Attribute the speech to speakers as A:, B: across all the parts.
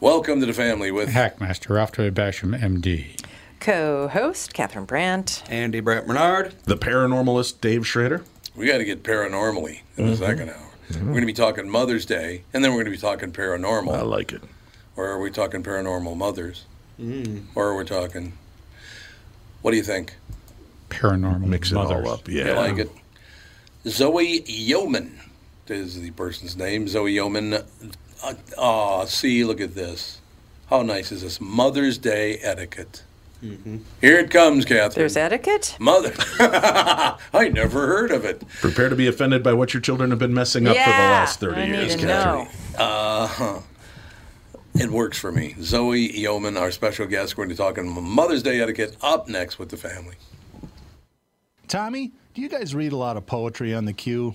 A: Welcome to the family with
B: Hackmaster Ralph W. Basham, M.D.
C: Co-host Catherine Brandt.
D: Andy Brett Bernard.
E: The paranormalist Dave Schrader.
A: We got to get paranormally in the second hour. We're going to be talking Mother's Day, and then we're going to be talking paranormal.
E: I like it.
A: or are we talking paranormal mothers? Or are we talking? What do you think?
B: Paranormal
E: Mix it
B: Mothers.
E: all up.
A: You
E: Yeah.
A: like it? Zoe Yeoman is the person's name. Zoe Yeoman. Uh, aw, see, look at this. How nice is this? Mother's Day etiquette. Here it comes, Catherine.
C: There's etiquette.
A: Mother. I never heard of it.
E: Prepare to be offended by what your children have been messing up for the
C: Yeah,
E: last 30
C: I need
E: years,
C: to
E: Catherine.
C: know.
A: It works for me. Zoe Yeoman, our special guest. We're going to be talking Mother's Day etiquette up next with the family.
F: Tommy, do you guys read a lot of poetry on the queue?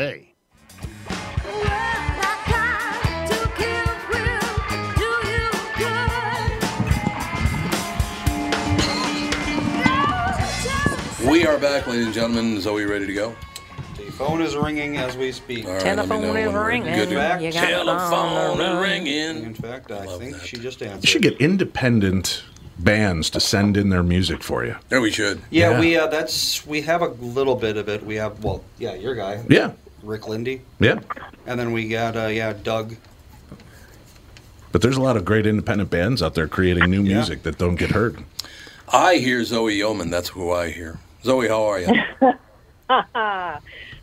A: We are back, ladies and gentlemen. Zoe, ready to go?
D: The phone is ringing as we speak.
A: All right, let me
C: Telephone
A: know when
C: is
A: we're
C: ringing.
A: good to go.
D: Back.
C: You got it on
A: Telephone
C: the
A: is
C: run.
D: In
A: ringing.
D: fact, I think she just answered.
E: You should get independent bands to send in their music for you.
A: Yeah, we should.
D: Yeah,
E: Yeah.
D: we uh, that's we have a little bit of it. We have well, yeah, your guy,
E: Yeah.
D: Rick Lindy,
E: Yeah.
D: and then we got uh, yeah, Doug.
E: But there's a lot of great independent bands out there creating new music that don't get heard.
A: I hear Zoe Yeoman. That's who I hear. Zoe, how are you?
G: I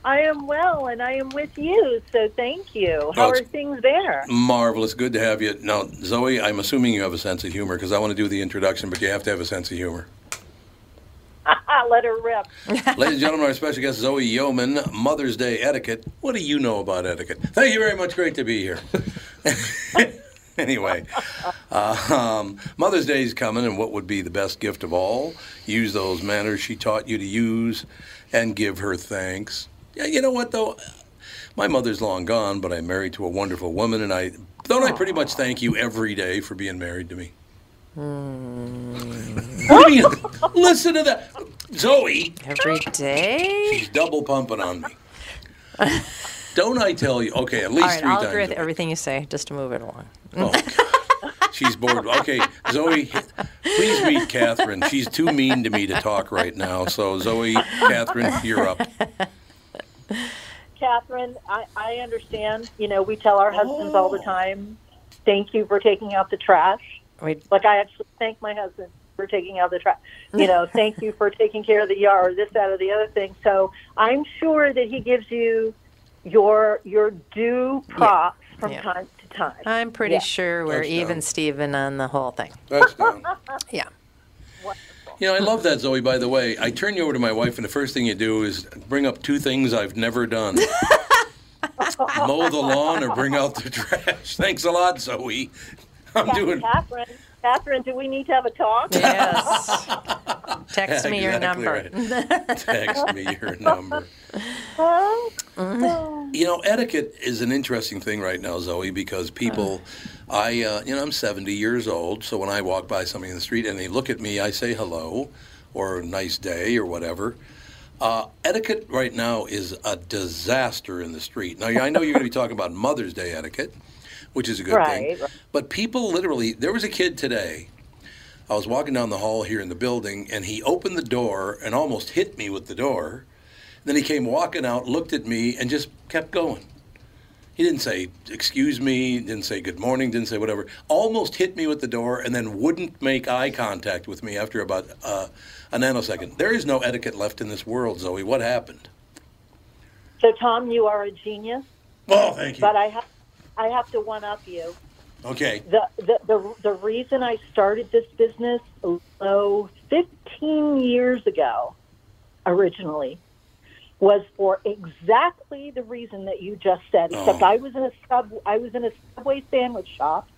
G: am well, and I am with you, so thank you. How
A: Oh,
G: are
A: it's-
G: things there?
A: Marvelous. Good to have you. Now, Zoe, I'm assuming you have a sense of humor because I want to do the introduction, but you have to have a sense of humor.
G: Ah, let her rip.
A: Ladies and gentlemen, our special guest, Zoe Yeoman, Mother's Day etiquette. What do you know about etiquette? Thank you very much. Great to be here. anyway, uh, um, Mother's Day is coming, and what would be the best gift of all? Use those manners she taught you to use and give her thanks. Yeah, you know what, though? My mother's long gone, but I'm married to a wonderful woman, and I don't I pretty much thank you every day for being married to me. What do you- listen to that, Zoe.
C: Every day.
A: She's double pumping on me. Don't I tell you? Okay, at least
C: All right,
A: three
C: I'll
A: times.
C: agree with
A: a week.
C: everything you say, just to move it along.
A: She's bored. Okay, Zoe, please meet Catherine. She's too mean to me to talk right now. So, Zoe, Catherine, you're up.
G: Catherine, I, I understand. You know, we tell our husbands all the time, thank you for taking out the trash.
C: Wait.
G: Like, I actually thank my husband for taking out the trash. You know, thank you for taking care of the yard, this, that, or the other thing. So I'm sure that he gives you your your due props from
C: Yeah.
G: time to time.
C: I'm pretty
G: Yeah.
C: sure we're
A: Touchdown.
C: even Steven on the whole thing.
A: That's down.
C: Yeah.
A: You know, I love that, Zoe, by the way. I turn you over to my wife, and the first thing you do is bring up two things I've never done mow the lawn or bring out the trash. Thanks a lot, Zoe. I'm doing.
G: Catherine, Catherine, do we need to have a talk?
C: Yes. Text me your
A: Exactly
C: number.
A: right. Text me your number.
G: Huh?
A: You know, etiquette is an interesting thing right now, Zoe, because people, I, uh, you know, I'm 70 years old, so when I walk by somebody in the street and they look at me, I say hello or nice day or whatever. Uh, etiquette right now is a disaster in the street. Now, I know you're going to be talking about Mother's Day etiquette, which is a good
G: Right,
A: thing. But people literally, there was a kid today. I was walking down the hall here in the building, and he opened the door and almost hit me with the door. Then he came walking out, looked at me, and just kept going. He didn't say, excuse me, didn't say good morning, didn't say whatever. Almost hit me with the door and then wouldn't make eye contact with me after about uh, a nanosecond. There is no etiquette left in this world, Zoe. What happened?
G: So, Tom, you are a genius,
A: Oh, thank
G: but I have, I have to one up you.
A: Okay.
G: the, the, the, the reason I started this business oh, 15 years ago originally was for exactly the reason that you just said except
A: Oh.
G: I was in a sub I was in a subway sandwich shop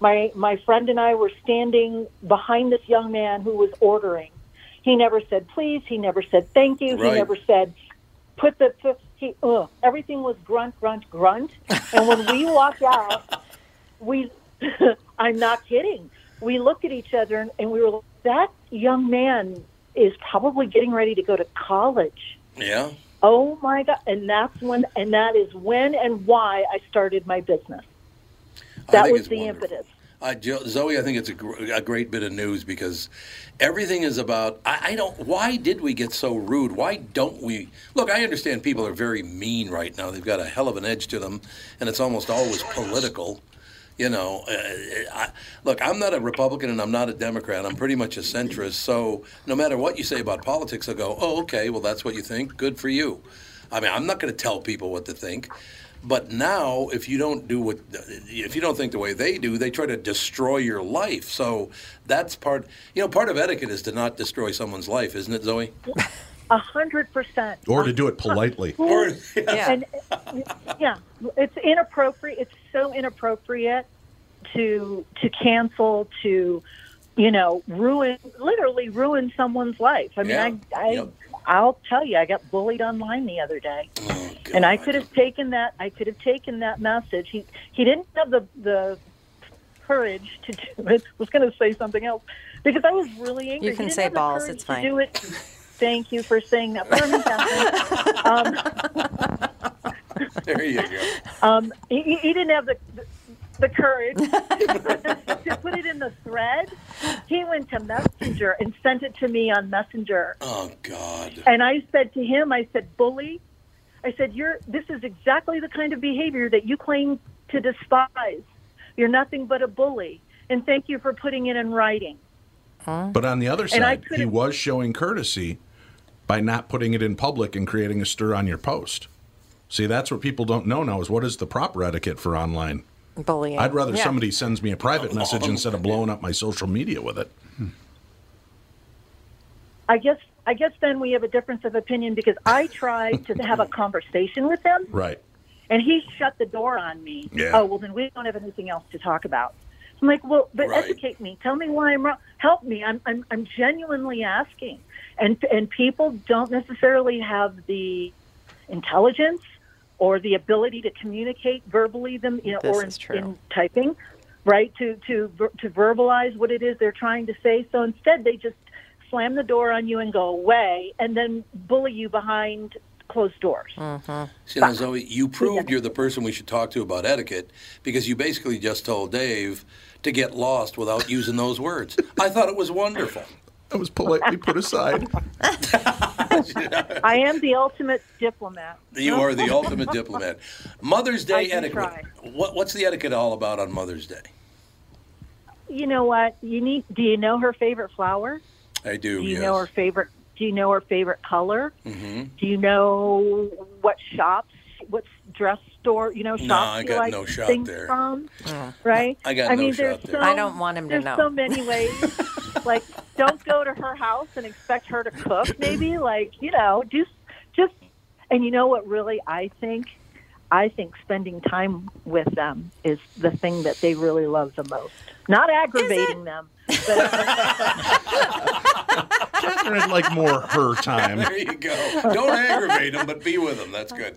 G: my my friend and I were standing behind this young man who was ordering he never said please he never said thank you
A: Right.
G: he never said put the put- he, ugh. everything was grunt grunt grunt and when we walked out we I'm not kidding. We looked at each other and, and we were like, that young man is probably getting ready to go to college.
A: Yeah.
G: Oh my god. And that's when and that is when and why I started my business. That
A: think
G: was
A: it's
G: the
A: wonderful.
G: impetus.
A: Uh, Jo- Zoe, I think it's a, gr- a great bit of news because everything is about. I, I don't. Why did we get so rude? Why don't we? Look, I understand people are very mean right now. They've got a hell of an edge to them, and it's almost always political. You know, uh, I, look, I'm not a Republican and I'm not a Democrat. I'm pretty much a centrist. So no matter what you say about politics, I'll go, oh, okay, well, that's what you think. Good for you. I mean, I'm not going to tell people what to think. But now, if you don't do what, uh, if you don't think the way they do, they try to destroy your life. So that's part, you know, part of etiquette is to not destroy someone's life, isn't it, Zoe?
G: A hundred percent.
E: Or to do it politely.
A: Or,
C: Yeah.
G: and yeah, it's inappropriate. It's so inappropriate to to cancel to you know ruin literally ruin someone's life. I mean,
A: Yeah,
G: I, I
A: yep.
G: I'll tell you, I got bullied online the other day,
A: Oh,
G: and I
A: God.
G: could have taken that. I could have taken that message. He he didn't have the the courage to do it. I was going to say something else because I was really angry.
C: You
G: He
C: can
G: didn't
C: say
G: have the
C: balls,
G: courage
C: it's
G: to
C: fine.
G: Do it. Thank you for saying that for me. Catherine. Um,
A: There you go.
G: um, he, he- he didn't have the, the, the courage to put it in the thread. He went to Messenger and sent it to me on Messenger.
A: Oh, God.
G: And I said to him, I said, bully, I said, you're, this is exactly the kind of behavior that you claim to despise. You're nothing but a bully. And thank you for putting it in writing.
E: But on the other
G: And I
E: side, he
G: couldn't-
E: was showing courtesy by not putting it in public and creating a stir on your post. See, that's what people don't know now is what is the proper etiquette for online.
C: Bullying.
E: I'd rather
C: Yeah.
E: somebody sends me a private message instead of blowing up my social media with it.
G: I guess, I guess then we have a difference of opinion because I tried to have a conversation with him.
E: Right.
G: And he shut the door on me.
E: Yeah.
G: Oh, well, then we don't have anything else to talk about. I'm like, well, but
A: Right.
G: educate me. Tell me why I'm wrong. Help me. I'm, I'm, I'm genuinely asking. And, and people don't necessarily have the intelligence or the ability to communicate verbally them, you know,
C: This
G: or in,
C: is true.
G: in typing, right? To, to, ver- to verbalize what it is they're trying to say. So instead, they just slam the door on you and go away and then bully you behind closed doors.
C: Mm.
A: See, now, Zoe, you proved you're the person we should talk to about etiquette because you basically just told Dave to get lost without using those words. I thought it was wonderful.
E: That was politely put aside.
G: I am the ultimate diplomat.
A: You are the ultimate diplomat. Mother's
G: I
A: Day
G: do
A: etiquette. What, what's the etiquette all about on Mother's Day?
G: You know what? You need. Do you know her favorite flower?
A: I do.
G: Do you
A: yes. Mm-hmm.
G: know her favorite? Do you know her favorite color? Do you know what shops, what dress store? You know, shops
A: I
G: you
A: got
G: like
A: no shop
G: things
A: there.
G: from, right?
A: I got
G: I
A: no
G: mean,
A: shop
G: there's
A: there.
G: so-
C: I don't want him to
G: there's
C: know.
G: so many ways. like, don't go to her house and expect her to cook. Maybe, like, you know, just, just, and you know what? Really, I think, I think spending time with them is the thing that they really love the most. Not aggravating them, but
E: Catherine like more her time.
A: There you go. Don't aggravate them, but be with them. That's good.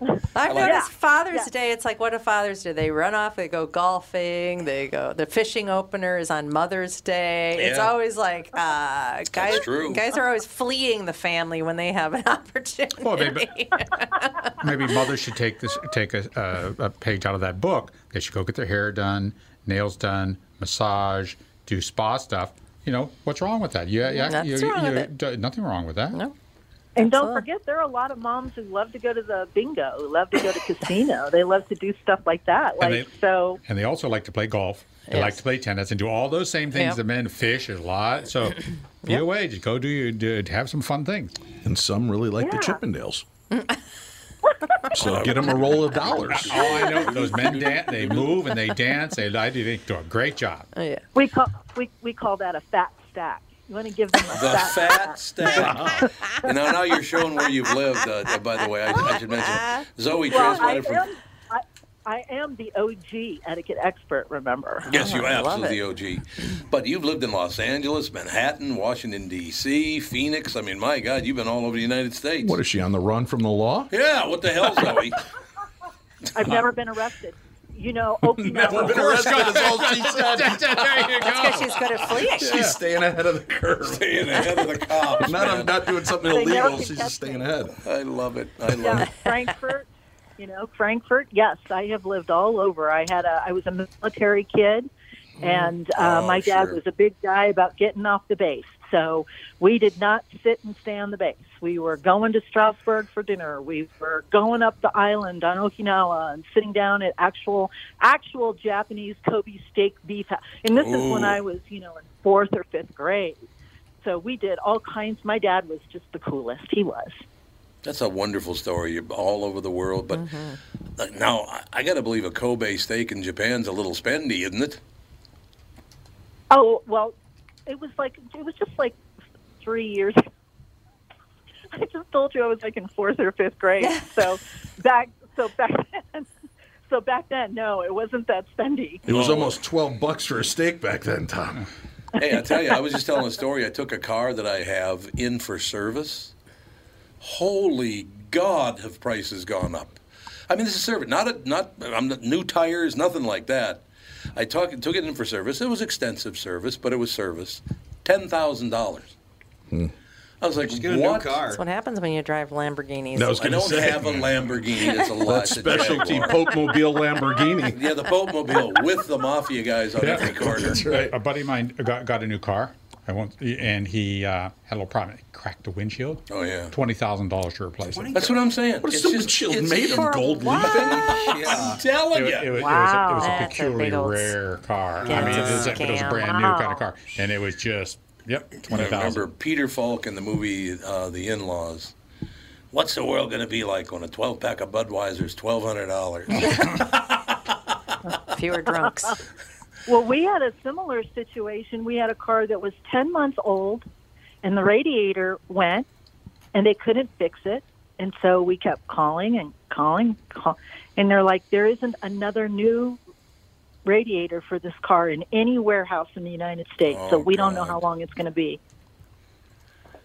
A: like
C: I've noticed
G: it.
C: Father's
G: Yeah.
C: Day. It's like, what do Father's Day? They run off. They go golfing. They go. The fishing opener is on Mother's Day. It's
A: Yeah.
C: always like uh, guys.
A: true.
C: Guys are always fleeing the family when they have an opportunity.
B: Well, maybe, maybe mothers should take this take a, a, a page out of that book. They should go get their hair done, nails done, massage, do spa stuff. You know what's wrong with that? Yeah, yeah,
C: Nothing's
B: you,
C: wrong
B: you-
C: with it.
B: d- nothing wrong with that.
C: No.
G: And don't
C: all.
G: forget, there are a lot of moms who love to go to the bingo, who love to go to casino. They love to do stuff like that. Like
B: And they-
G: so,
B: And they also like to play golf. They like
C: Yes.
B: to play tennis and do all those same
C: Yep.
B: things that men fish a lot. So be away, just go do your do, have some fun things.
E: And some really like the
G: Yeah.
E: Chippendales. so get them a roll of dollars.
B: All I know, those men dance, they move and they dance. They, I do- they do a great job.
C: Yeah.
G: we call we, we call that a fat stack. You want to give them a
A: The
G: fat,
A: fat stack. and now, now you're showing where you've lived, uh, by the way. I, I should mention. Zoe
G: Well, I
A: transmitted from.
G: am, I, I am the OG etiquette expert. Remember?
A: Yes, you
C: Oh, I love
A: absolutely OG. But you've lived in Los Angeles, Manhattan, Washington, D.C., Phoenix. I mean, my God, you've been all over the United States.
E: What is she on the run from the law?
A: yeah, what the hell, Zoe?
G: I've never been arrested. You know, Okinawa.
E: arrested is all she said.
B: there you
C: Because she's good at fleeing.
E: She's staying ahead of the curve.
A: Staying ahead of the
E: Not,
A: cops. man.
E: I'm not doing something
G: They never
E: illegal.
G: can
E: She's
G: catch
E: just staying
G: me.
E: ahead.
A: I love it. I love
G: yeah,
A: it.
G: Frankfurt. You know, Frankfurt. Yes, I have lived all over. I had a. I was a military kid, and uh,
A: Oh,
G: my dad
A: sure.
G: was a big guy about getting off the base. So we did not sit and stay on the base. We were going to Strasbourg for dinner. We were going up the island on Okinawa and sitting down at actual actual Japanese Kobe steak beef. house. And this is when
A: Ooh.
G: I was, you know, in fourth or fifth grade. So we did all kinds. My dad was just the coolest. He was.
A: That's a wonderful story. You're all over the world, but
C: Mm-hmm.
A: uh, now I, I got to believe a Kobe steak in Japan's a little spendy, isn't it?
G: Oh well, it was like it was just like three years. I just told you I was like in fourth or fifth grade. So back, so back then, so back then, no, it wasn't that spendy.
E: It was
A: Oh.
E: almost 12 bucks for a steak back then, Tom.
A: Hey, I tell you, I was just telling a story. I took a car that I have in for service. Holy God, have prices gone up? I mean, this is service, not a, not I'm not, new tires, nothing like that. I took took it in for service. It was extensive service, but it was service. Ten thousand dollars. I was like,
D: Just get a
A: what?
D: new car.
C: That's what happens when you drive Lamborghinis.
E: That was
A: I
E: gonna
A: don't
E: say.
A: have a Lamborghini. It's a lot
E: That specialty
A: Jaguar.
E: Pope Mobile Lamborghini.
A: Yeah, the boat mobile with the mafia guys on every corner.
B: A buddy of mine got, got a new car. I won't, and he uh, had a little problem. It cracked the windshield.
A: Oh, yeah.
B: Twenty thousand dollars to replace it.
A: That's what I'm saying.
E: What is
A: It's
E: the
A: just-
E: windshield
A: it's-
E: made of?
C: For
E: Gold
C: what?
A: I'm telling
B: It,
A: you.
B: wa- it, wa- it was,
G: Wow.
B: it was a
C: That's a
B: peculiarly
C: big old
B: rare car. I
C: Yeah,
B: mean, it
C: it's
B: was,
C: a
B: a- but it was a
C: scam.
B: brand
G: Wow.
B: new kind of car, and it was just yep
A: I
B: twenty
A: remember
B: thousand.
A: Peter Falk in the movie uh, The In Laws. What's the world going to be like when a 12 pack of Budweiser's $1,200?
C: Fewer drunks.
G: Well, we had a similar situation. We had a car that was ten months old, and the radiator went, and they couldn't fix it, and so we kept calling and calling, call, and they're like, there isn't another new radiator for this car in any warehouse in the United States, so
A: Oh,
G: we don't know
A: God.
G: how long it's going to be.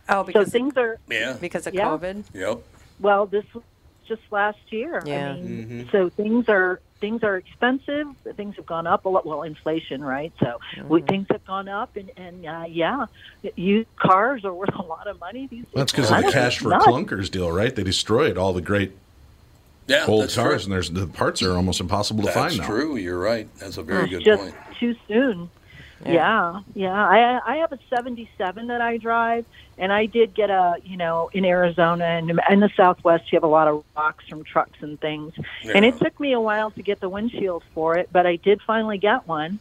C: Oh,
G: So
C: because
G: things are
A: yeah.
C: because of
G: Yeah.
C: COVID.
A: Yep.
G: well. This was just last year.
C: Yeah.
E: Mm-hmm.
G: I mean, so things are things are expensive. Things have gone up a lot. Well, inflation, right? So we, things have gone up, and and uh, yeah, used cars are worth a lot of money these days.
E: That's because of the
G: Honestly,
E: cash for
G: nuts.
E: clunkers deal, right? They destroyed all the great
A: Yeah,
E: old
A: that's
E: cars,
A: true.
E: and there's the parts are almost impossible to
A: That's
E: find now.
A: true. You're right. That's a very good
G: It's Mm. just
A: point.
G: too soon. Yeah. yeah, I I have a '77 that I drive, and I did get a you know in Arizona and in the Southwest you have a lot of rocks from trucks and things, and it took me a while to get the windshield for it, but I did finally get one.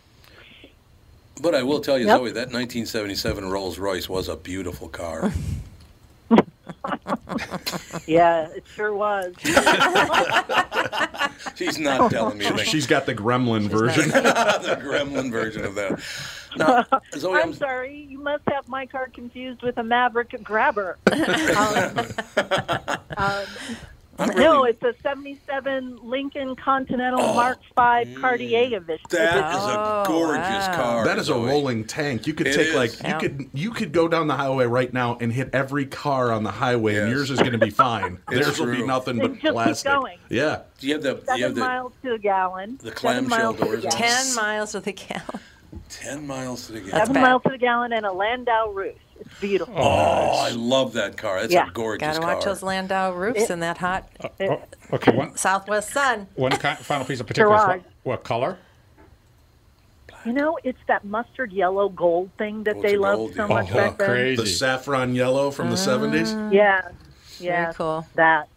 A: But I will tell you,
G: Yep.
A: Zoe, that 1977 Rolls Royce was a beautiful car.
G: Yeah, it sure was. Oh,
A: She's not telling me anything.
E: She's got the gremlin version.
A: the gremlin version of that. Now, Zoe,
G: I'm
A: I'm,
G: sorry, you must have my car confused with a Maverick grabber. um,
A: I'm
G: No,
A: really- Oh,
G: it's a '77 Lincoln Continental Mark V Cartier edition.
A: that is
G: Oh,
A: a gorgeous car.
E: That is a
A: Zoe.
E: rolling tank. You could
A: It
E: take
A: is.
E: like
C: Yeah.
E: you could you could go down the highway right now and hit every car on the highway, and
A: Yes.
E: yours is going to be fine.
A: It's
E: Theirs will be
A: true.
E: nothing
G: They
E: but
G: just keep
E: plastic.
G: going.
E: Yeah,
A: Do you have the,
G: Seven
A: you have the
G: miles to a gallon.
A: the
G: Seven
A: clamshell
G: miles to the
A: doors on
G: gallon.
A: it?
C: Ten miles with a gallon.
A: 10 miles to the gallon.
C: That's
G: Seven
C: bad.
G: miles to the gallon and a Landau roof. It's beautiful.
A: Oh, I love that car. That's
G: Yeah.
A: a gorgeous
C: Gotta
A: car.
C: watch those Landau roofs in that hot
B: Oh, okay, one,
C: Southwest sun.
B: one ki- final piece of particulars. What,
G: Garage.
B: what color?
G: You know, it's that mustard yellow gold thing that
A: Oh, it's
G: they
A: a
G: loved
A: gold
G: so
A: deal.
G: much
B: Oh,
G: back then.
E: the
B: crazy.
E: saffron yellow from the seventies.
G: Yeah. Yeah.
C: Very cool.
G: That.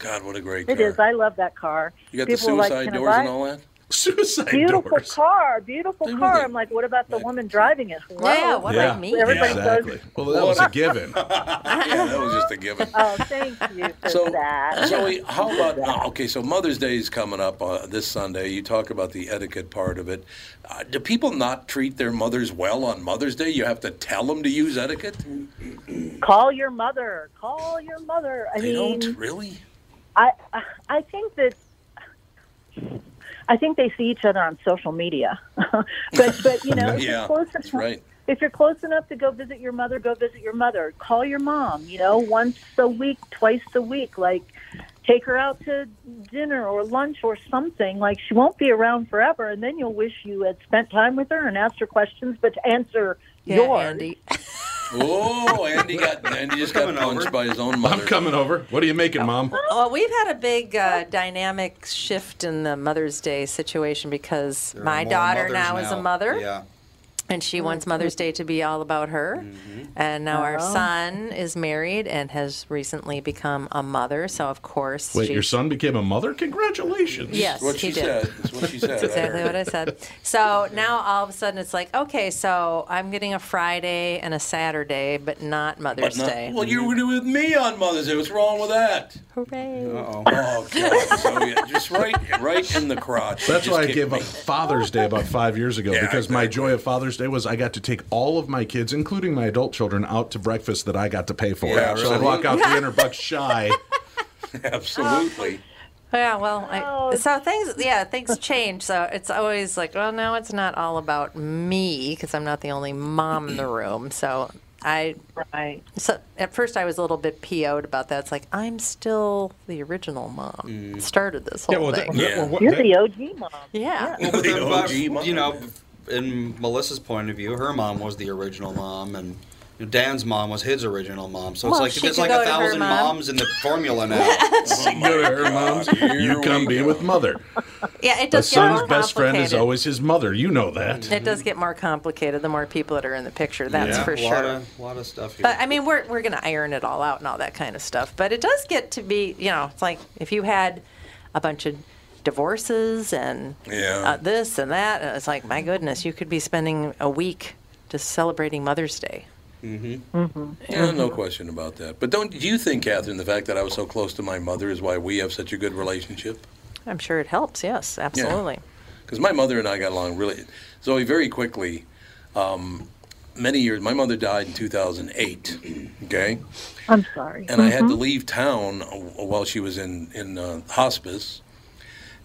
A: God, what a great
G: it is.
A: car.
G: I love that car.
A: You got the
G: People are
A: suicide
G: like, "Can I
A: doors
G: buy
A: and
G: it?"
A: all that?
E: Suicide
G: Beautiful
E: doors.
G: car, beautiful
A: They were
G: car.
A: good.
G: I'm like, what about the
A: Yeah.
G: woman driving it? Hello?
C: Yeah, what
E: Yeah.
C: like me?
G: Everybody
E: Exactly.
G: does.
E: Well, that was a given.
A: yeah, that was just a given.
G: Oh, thank you for
A: So,
G: that.
A: Zoe, how about now? Okay, so Mother's Day is coming up uh, this Sunday. You talk about the etiquette part of it. Uh, do people not treat their mothers well on Mother's Day? You have to tell them to use etiquette.
G: Call your mother. Call your mother. I
A: They
G: mean,
A: don't really.
G: I I think that I think they see each other on social media, but but you know if
A: Yeah,
G: you're close
A: that's
G: enough,
A: right.
G: if you're close enough to go visit your mother, go visit your mother. Call your mom, you know, once a week, twice a week, like take her out to dinner or lunch or something. Like she won't be around forever, and then you'll wish you had spent time with her and asked her questions, but to answer
C: Yeah,
G: yours.
C: Andy.
A: Oh, Andy got Andy just got punched by his own
E: I'm
A: mother.
E: coming over. What are you
C: Oh,
E: making, Mom?
C: Well, we've had a big uh, dynamic shift in the Mother's Day situation because
D: There are
C: my
D: more
C: daughter
D: mothers
C: now, is a mother,
D: Yeah.
C: and she wants Mother's Day to be all about her. And now our son is married and has recently become a mother, so of course
E: Wait,
C: she-
E: your son became a mother. Congratulations.
C: Yes,
A: What
C: he
A: she
C: did.
A: said. That's what she said. I
C: exactly
A: heard.
C: what I said. So now all of a sudden it's like, okay, so I'm getting a Friday and a Saturday, but not Mother's
A: But not-
C: Day.
A: well, you were doing it with me on Mother's Day. What's wrong with that?
C: Hooray!
A: Oh God! So yeah, just right, right in the crotch.
E: That's
A: You just
E: why I
A: kicked
E: gave
A: me.
E: up Father's Day about five years ago
A: Yeah,
E: because my
A: exactly.
E: joy of Father's Day was I got to take all of my kids, including my adult children, out to breakfast that I got to pay for.
A: Yeah,
E: so I'd
A: absolutely.
E: walk out 300 bucks shy.
A: Absolutely.
C: Yeah, well, I,
G: Oh.
C: so things, yeah, things change. So it's always like, well, no, it's not all about me because I'm not the only mom in the room. So I,
G: Right.
C: so at first I was a little bit PO'd about that. It's like I'm still the original mom. Started this whole
B: Yeah, well,
C: thing.
B: th-
A: Yeah.
B: well, what-
G: You're
B: that-
G: the OG mom.
C: yeah.
D: Well, but
A: The
D: then,
A: OG
D: but,
A: mom.
D: You know, in Melissa's point of view, her mom was the original mom, and Dan's mom was his original mom. So
C: Well,
D: it's
C: she
D: like there's
C: could
D: like
C: go
D: a
C: to her
D: thousand
C: mom.
D: moms in the formula now.
E: Go to her mom's.
A: Oh, Here
E: You come
A: we
E: be
A: go.
E: with mother.
C: yeah, it
E: A
C: does get
E: son's
C: more
E: best friend is
C: complicated.
E: always his mother. You know that.
C: It does get more complicated the more people that are in the picture. That's
D: yeah,
C: for
D: a
C: sure.
D: Lot of, lot of stuff here.
C: But I mean, we're we're gonna iron it all out and all that kind of stuff. But it does get to be, you know, it's like if you had a bunch of divorces and
A: Yeah.
C: uh, this and that, and it's like my goodness, you could be spending a week just celebrating Mother's Day.
A: Yeah, no question about that. But don't do you think, Catherine, the fact that I was so close to my mother is why we have such a good relationship?
C: I'm sure it helps. Yes, absolutely.
A: Because my mother and I got along really, Zoe, very quickly. Um, many years. My mother died in 2008. Okay.
G: I'm sorry.
A: and I had to leave town uh, while she was in in uh, hospice.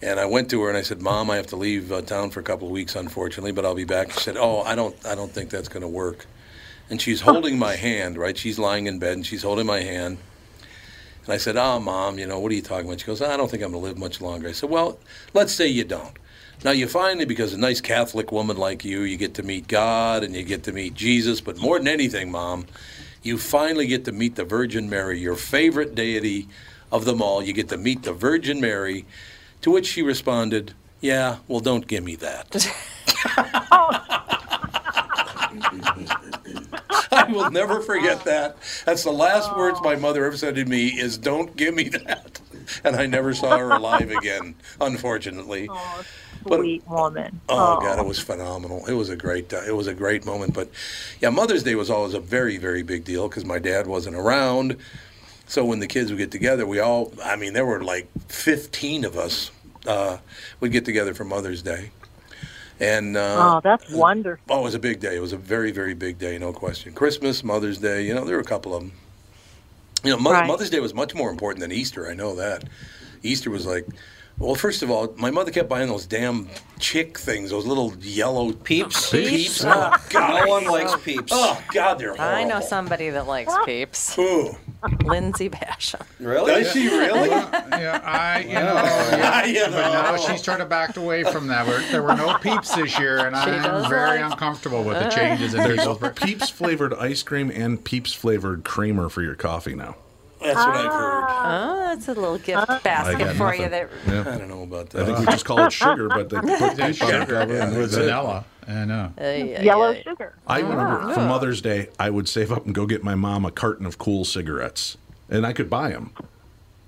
A: And I went to her and I said, "Mom, I have to leave uh, town for a couple of weeks, unfortunately, but I'll be back." She said, "Oh, I don't, I don't think that's going to work." And she's holding my hand, right? She's lying in bed and she's holding my hand. And I said, Ah, mom, you know, what are you talking about? She goes, I don't think I'm going to live much longer. I said, Well, let's say you don't. Now, you finally, because a nice Catholic woman like you, you get to meet God and you get to meet Jesus, but more than anything, mom, you finally get to meet the Virgin Mary, your favorite deity of them all. You get to meet the Virgin Mary, to which she responded, Yeah, well, don't give me that. I will never forget that. That's the last words my mother ever said to me is don't give me that. And I never saw her alive again, unfortunately.
G: Sweet woman.
A: Oh, God, it was phenomenal. It was a great uh, it was a great moment. But yeah, Mother's Day was always a very very big deal because my dad wasn't around. So when the kids would get together, we all I mean there were like 15 of us uh, would get together for Mother's Day. And uh,
G: Oh, that's wonderful.
A: Oh, it was a big day. It was a very, very big day, no question. Christmas, Mother's Day, you know, there were a couple of them. You know, Mo-
G: Right.
A: Mother's Day was much more important than Easter. I know that. Easter was like, well, first of all, my mother kept buying those damn chick things, those little yellow
D: Peeps.
A: peeps. Oh, God.
D: No one likes peeps.
A: Oh, God, they're horrible.
C: I know somebody that likes peeps.
A: Ooh.
C: Lindsay Basham.
D: Really?
A: Does she really?
B: Yeah, I, you know,
A: I, you
B: but now
A: know.
C: Oh.
B: she's sort of backed away from that. We're, there were no peeps this year, and
C: does
B: I'm very
C: like-
B: uncomfortable with the changes in
E: There's
B: people's.
E: Peeps flavored ice cream and Peeps flavored creamer for your coffee now.
A: That's what I've heard.
D: Ah.
C: Oh, that's a little gift
E: I got
C: basket for you
E: nothing.
C: that
E: Yeah.
A: I don't know about
E: I
A: that.
E: think we just call it sugar, but they put
B: Yeah,
E: peeps on it.
B: sugar
E: Yeah,
B: with
E: that's it.
B: vanilla. I know.
C: Ay, ay,
G: Yellow
C: ay.
G: sugar.
E: I remember for Mother's Day, I would save up and go get my mom a carton of cool cigarettes, and I could buy them.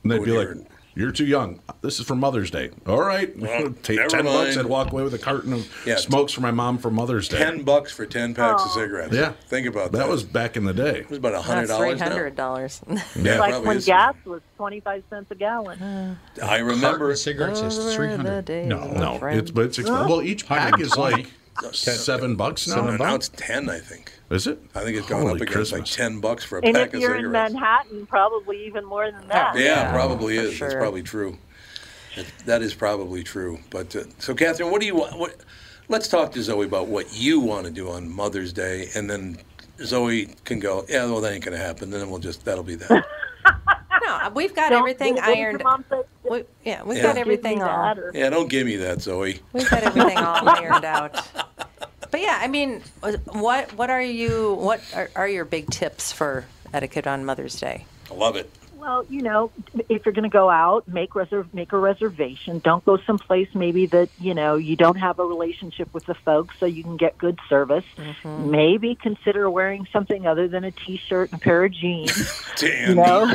E: And they'd
A: Oh,
E: be like,
A: dear.
E: "You're too young. This is for Mother's Day. All right,
A: Well,
E: take
A: never
E: ten bucks
A: mind.
E: and walk away with a carton of
A: Yeah.
E: smokes for my mom for Mother's Day.
A: 10 bucks for 10 packs of cigarettes.
E: Yeah,
A: Think about that.
E: That was back in the day.
A: it was about $100
C: That's three hundred
A: now.
C: dollars.
A: Yeah,
G: like
A: probably
G: when
A: is.
G: gas was 25 cents a gallon.
A: I remember
B: Carton cigarettes is three hundred. No,
E: No, it's but it's expensive. Well, each pack is like seven bucks now.
A: No, now it's 10, I think.
E: Is it?
A: I think it's gone
E: Holy
A: up against like
E: Christmas.
A: ten bucks for a
G: And
A: pack
G: if
A: of
G: you're in
A: cigarettes.
G: Manhattan, probably even more than that.
A: yeah, probably
C: for
A: is. That's
C: sure.
A: probably true. That, that is probably true. But uh, so, Catherine, what do you want? What? Let's talk to Zoe about what you want to do on Mother's Day, and then Zoe can go. Yeah, well, that ain't gonna happen. Then we'll just that'll be that.
C: No, we've got
G: Don't-
C: everything
G: what did your
C: ironed.
G: mom say?
C: We, yeah, we've
A: Yeah.
G: Give
A: Give
C: got
G: me
C: everything all.
G: that, or-
A: yeah, don't give me that, Zoe.
C: We've got everything all ironed out. But yeah, I mean, uh, what what are you? What are, are your big tips for etiquette on Mother's Day?
A: I love it.
G: Well, you know, if you're going to go out, make reserve make a reservation. Don't go someplace maybe that you know you don't have a relationship with the folks, so you can get good service.
C: Mm-hmm.
G: Maybe consider wearing something other than a t-shirt and a pair of jeans.
A: Damn.
G: You know,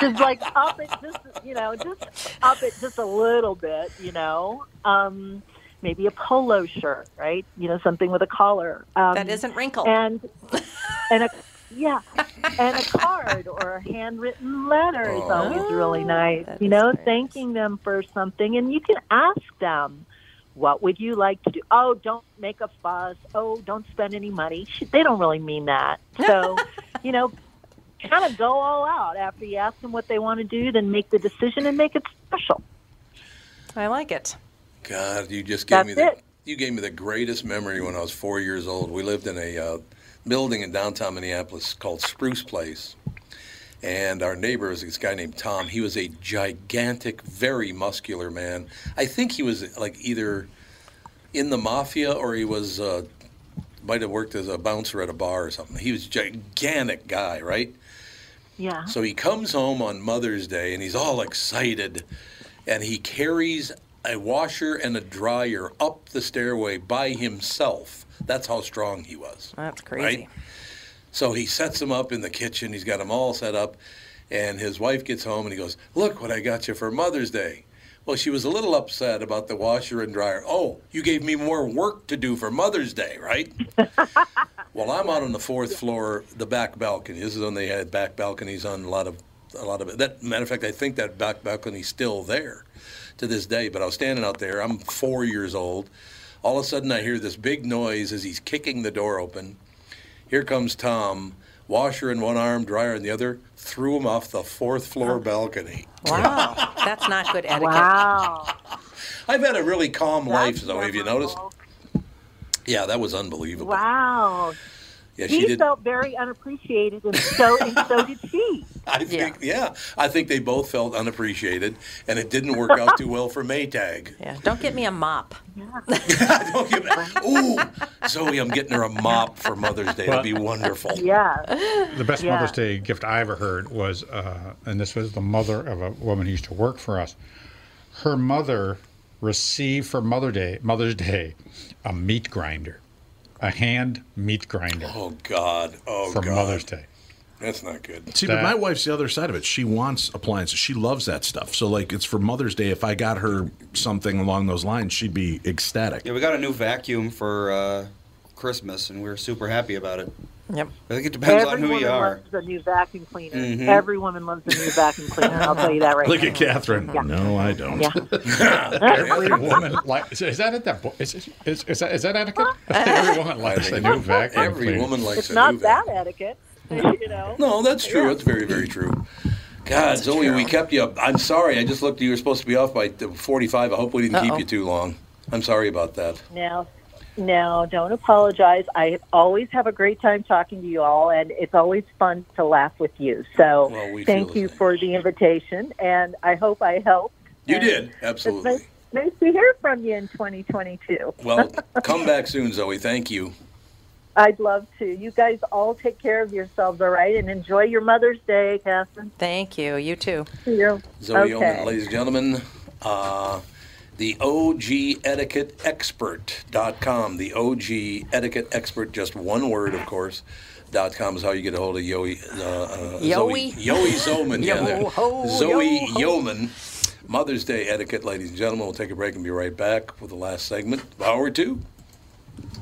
G: just like up it just you know just up it just a little bit. You know, um, maybe a polo shirt, right? You know, something with a collar. Um,
C: That isn't wrinkled.
G: and and a yeah, and a card or a handwritten letter is always really nice.
C: Oh, that
G: You
C: is
G: know,
C: very nice.
G: thanking them for something, and you can ask them, "What would you like to do?" Oh, don't make a fuss. Oh, don't spend any money. Sh- They don't really mean that. So, you know, kind of go all out after you ask them what they want to do, then make the decision and make it special.
C: I like it.
A: God, you just gave me the
G: That's it.
A: you gave me the greatest memory when I was four years old. We lived in a uh, building in downtown Minneapolis called Spruce Place, and our neighbor was this guy named Tom. He was a gigantic, very muscular man. I think he was like either in the mafia or he was uh, might have worked as a bouncer at a bar or something. He was a gigantic guy, right?
G: Yeah.
A: So he comes home on Mother's Day and he's all excited and he carries a washer and a dryer up the stairway by himself. That's how strong he was.
C: That's crazy.
A: Right? So he sets them up in the kitchen. He's got them all set up. And his wife gets home and he goes, Look what I got you for Mother's Day. Well, she was a little upset about the washer and dryer. Oh, you gave me more work to do for Mother's Day, right? well, I'm out on the fourth floor, the back balcony. This is when they had back balconies on a lot of a lot of it. That matter of fact, I think that back balcony's still there to this day. But I was standing out there. I'm four years old. All of a sudden, I hear this big noise as he's kicking the door open. Here comes Tom, washer in one arm, dryer in the other, threw him off the fourth floor balcony.
C: Wow, that's not good etiquette.
G: Wow.
A: I've had a really calm life,
G: That's
A: though. Have you
G: memorable.
A: noticed? Yeah, that was unbelievable.
G: Wow.
A: Yeah, she
G: he
A: did.
G: felt very unappreciated, and so and so did she.
A: I think, yeah. I think they both felt unappreciated, and it didn't work out too well for Maytag.
C: Yeah. Don't get me a mop.
A: Ooh, Zoe, I'm getting her a mop for Mother's Day. It'll be wonderful.
G: Yeah.
B: The best
G: Yeah.
B: Mother's Day gift I ever heard was, uh, and this was the mother of a woman who used to work for us. Her mother received for Mother Day, Mother's Day, a meat grinder, a hand meat grinder
A: Oh God. Oh
B: for
A: God.
B: Mother's Day.
A: That's not good.
E: See, but my
B: That-
E: wife's the other side of it. She wants appliances. She loves that stuff. So, like, it's for Mother's Day. If I got her something along those lines, she'd be ecstatic.
D: Yeah, we got a new vacuum for uh, Christmas, and we were super happy about it.
C: Yep.
D: I think it depends
G: Every
D: on who
G: woman
D: you are.
G: loves a new vacuum cleaner.
D: Mhm.
A: Mm-hmm.
G: Every woman loves a new vacuum cleaner. I'll tell you that right
E: Look
G: now.
E: at Catherine. No, I don't.
G: Yeah.
B: Every woman like is, is that at that bo- is, is, is, is that is that etiquette? Every woman likes a new vacuum
A: Every
B: cleaner.
A: woman likes
G: It's
A: a
G: not
A: new
G: that etiquette. You know.
A: No, that's true. That's very, very true. God, Zoe, we kept you up. I'm sorry. I just looked. You were supposed to be off by 45. I hope we didn't
C: Uh-oh.
A: keep you too long. I'm sorry about that.
G: Now, now, don't apologize. I always have a great time talking to you all, and it's always fun to laugh with you. So,
A: Well, we feel
G: thank
A: the
G: you
A: same.
G: for the invitation, and I hope I helped.
A: You
G: And
A: did
G: It's nice,
A: absolutely.
G: nice to hear from you in 2022.
A: Well, come back soon, Zoe. Thank you.
G: I'd love to. You guys all take care of yourselves, all right, and enjoy your Mother's Day, Catherine.
C: Thank you. You too.
G: You. okay.
A: Zoe Omen, ladies and gentlemen, uh, the OG Etiquette Expert.com. The OG Etiquette Expert, just one word, of course. Dot com is how you get a hold of Yoey. Uh, uh, Zoe,
C: Yoey.
A: Yoey Zoman. yeah, there.
C: Yo ho,
A: Zoe
C: yo ho.
A: Yeoman. Mother's Day etiquette, ladies and gentlemen. We'll take a break and be right back with the last segment, hour two.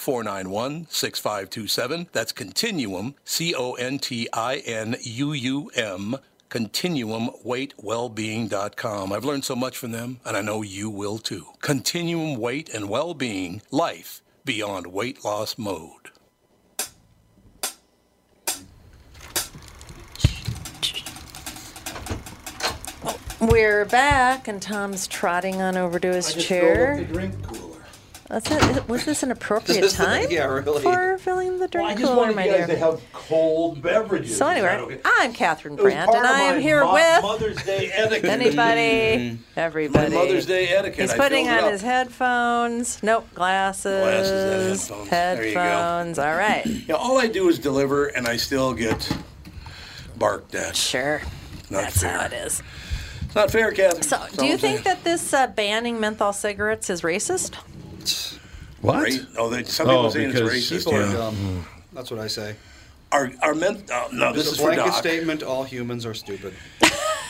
H: 491 6527. That's Continuum, C O N T I N U U M. ContinuumWeightWellbeing.com. I've learned so much from them, and I know you will too. Continuum Weight and Wellbeing, life beyond weight loss mode.
C: We're back, and Tom's trotting on over to his chair.
D: drink cooler.
C: Was, that, was this an appropriate
D: This is the-
C: time
D: yeah, really.
C: for filling the drink cooler, my dear?
I: have cold beverages.
C: So anyway, I'm Catherine Brandt,
I: part
C: and
I: of
C: I am
I: my
C: here
I: mo-
C: with
I: Mother's Day etiquette.
C: anybody,
A: My
E: Mm-hmm.
C: everybody.
A: Mother's Day etiquette.
C: He's
A: I
C: putting
A: filled it
C: on
A: up.
C: his headphones. Nope, glasses.
A: Glasses and headphones.
C: Headphones. All right.
A: Yeah, all I do is deliver, and I still get barked at.
C: Sure.
A: Not
C: That's
A: fair.
C: how it is.
A: It's not fair, Catherine.
C: So,
A: That's
C: do
A: all
C: you
A: I'm
C: think
A: saying.
C: that this uh, banning menthol cigarettes is racist?
E: What?
A: Right? Oh, they, some people
E: Oh,
A: saying it's
E: because
A: racist.
D: People are
A: yeah.
D: dumb. That's what I say.
A: Are, are men? Oh, Hmm. no, this
D: Just
A: is
D: a
A: for
D: blanket
A: Doc.
D: statement: all humans are stupid.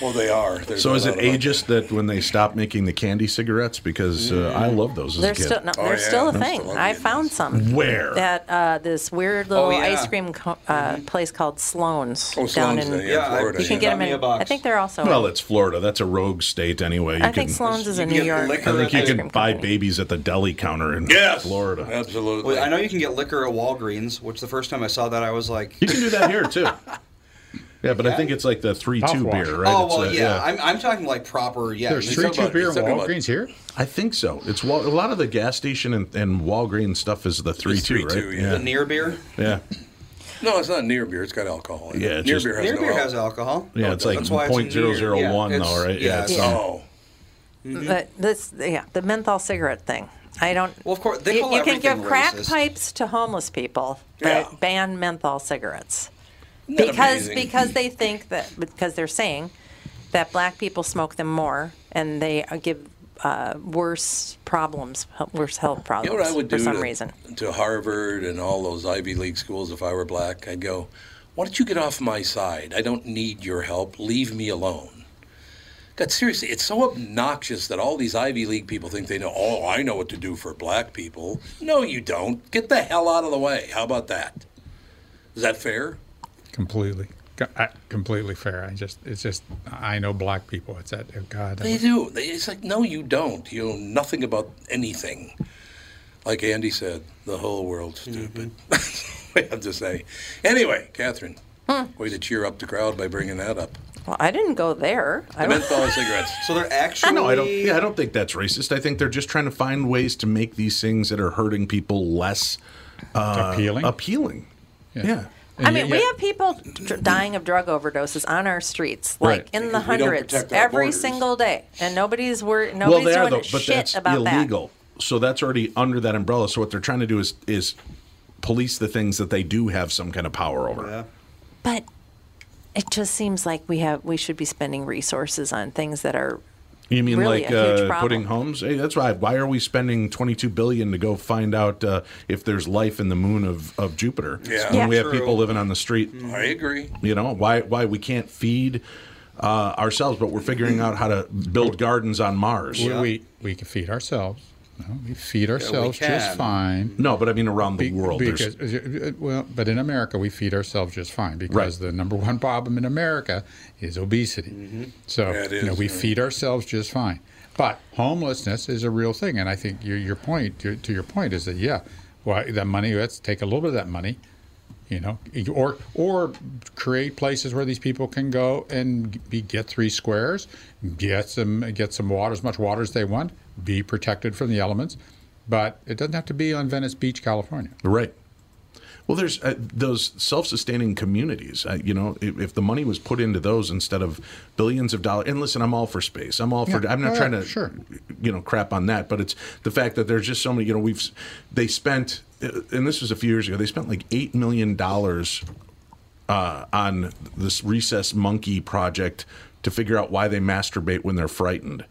A: Well, they are. There's
E: so
A: no
E: is it
A: doubt about
E: ageist that when they stopped making the candy cigarettes because uh, I love those as
C: Mm. They're
E: a kid.
C: still no, they're still a thing. I found some.
E: Where?
C: At uh, this weird little
D: yeah.
C: ice cream co- uh, place called Sloan's
E: Oh,
C: down
E: Sloan's,
C: in
E: uh, yeah, Yeah, I- Florida,
C: You can
E: yeah.
C: get
E: Got
C: them
E: me
C: in.
E: a box.
C: I think they're also.
E: Well, it's Florida. That's a rogue state anyway. You
C: I think Sloan's is You a can New get York liquor
E: I think
C: at
E: you
C: ice
E: can
C: cream
E: buy babies at the deli counter in
D: Yes,
E: Florida.
A: Absolutely.
D: I know you can get liquor at Walgreens, which the first time I saw that, I was like,
E: You can do that here too. Yeah, but I think it's like the three-two
D: Mouthwash.
E: beer, right?
D: Oh
E: It's
D: well,
E: a-
D: yeah. I'm, I'm talking like proper. Yeah,
E: There's
D: he's
E: three
D: talking
E: two
D: about-
E: beer
D: he's talking about-
E: here. I think so. It's Wal- a lot of the gas station and, and Walgreens stuff is the three two, right?
D: The near beer.
E: yeah.
A: No, it's not near beer. It's got alcohol. In
E: Yeah,
A: it.
E: it's
A: near
E: just-
A: beer has
D: Near
A: no
D: beer
A: alcohol.
D: has alcohol.
E: Yeah,
D: No,
E: it's like
D: that's why it's near.
E: 0.001
D: Yeah,
E: though,
D: it's-
E: right? Yeah, it's,
D: yeah.
E: um,
D: Oh.
C: But this, yeah, the menthol cigarette thing. I don't.
D: Well, of course,
C: you,
D: they call
C: you can
D: everything
C: give crack
D: racist.
C: pipes to homeless people, but ban menthol cigarettes
D: that
C: because
D: amazing?
C: because they think that because they're saying that black people smoke them more and they uh, give uh, worse problems, worse health
A: You
C: problems
A: know what I would do
C: for some
A: to,
C: reason.
A: to Harvard and all those Ivy League schools if I were black? I'd go, why don't you get off my side? I don't need your help. Leave me alone. God, seriously, it's so obnoxious that all these Ivy League people think they know, oh, I know what to do for black people. No, you don't. Get the hell out of the way. How about that? Is that fair?
B: completely, Co- I- completely fair. I just, it's just, I know black people. It's that oh, God. that
A: They
B: was-
A: do. They, it's like, no, you don't. You know nothing about anything. Like Andy said, the whole world's
B: Mm-hmm.
A: stupid. I have to say. Anyway, Catherine,
C: Hmm.
A: way to cheer up the crowd by bringing that up.
C: Well, I didn't go there. I
A: The
C: don't-
A: menthol cigarettes.
D: So they're actually
E: No, I don't. Yeah, I don't think that's racist. I think they're just trying to find ways to make these things that are hurting people less uh,
B: Appealing?
E: Appealing. Yeah.
C: I mean, we have people dr- dying of drug overdoses on our streets, like
E: Right.
C: in the
E: Because we don't
C: hundreds
E: protect our
C: every
E: borders.
C: single day, and nobody's wor-
E: well,
C: nobody's
E: they are
C: doing
E: though, but
C: shit
E: that's
C: about
E: illegal. So that's already under that umbrella. So what they're trying to do is is police the things that they do have some kind of power over.
C: that. But it just seems like we have we should be spending resources on things that are
E: You mean
C: really
E: like
C: a huge
E: uh,
C: problem.
E: putting homes? Hey, that's right. Why are we spending 22 billion to go find out uh, if there's life in the moon of, of Jupiter?
A: Yeah.
E: When we have
A: True.
E: people living on the street.
A: I agree.
E: You know why? Why we can't feed uh, ourselves, but we're figuring out how to build gardens on Mars.
B: We, we we can feed ourselves. No, we feed
E: Yeah, we
B: ourselves just
E: can.
B: fine.
E: No, but I mean around the
B: Be-
E: world. there's-
B: Because, uh, well, but in America, we feed ourselves just fine because the number one problem in America is obesity.
E: Mm-hmm.
B: So
A: Yeah, it
B: you know,
A: is,
B: we
A: yeah.
B: feed ourselves just fine. But homelessness is a real thing, and I think your your point to, to your point is that yeah, well, that money. Let's take a little bit of that money, you know, or or create places where these people can go and be get three squares, get some get some water as much water as they want, be protected from the elements. But it doesn't have to be on Venice Beach, California.
E: Right. Well, there's uh, those self-sustaining communities. Uh, you know, if, if the money was put into those instead of billions of dollars. And listen, I'm all for space. I'm all for.
B: Yeah.
E: I'm not
B: Oh,
E: trying
B: yeah,
E: to,
B: sure.
E: you know, crap on that. But it's the fact that there's just so many. You know, we've s- they spent, uh, and this was a few years ago. They spent like eight million dollars uh, on this recess monkey project to figure out why they masturbate when they're frightened.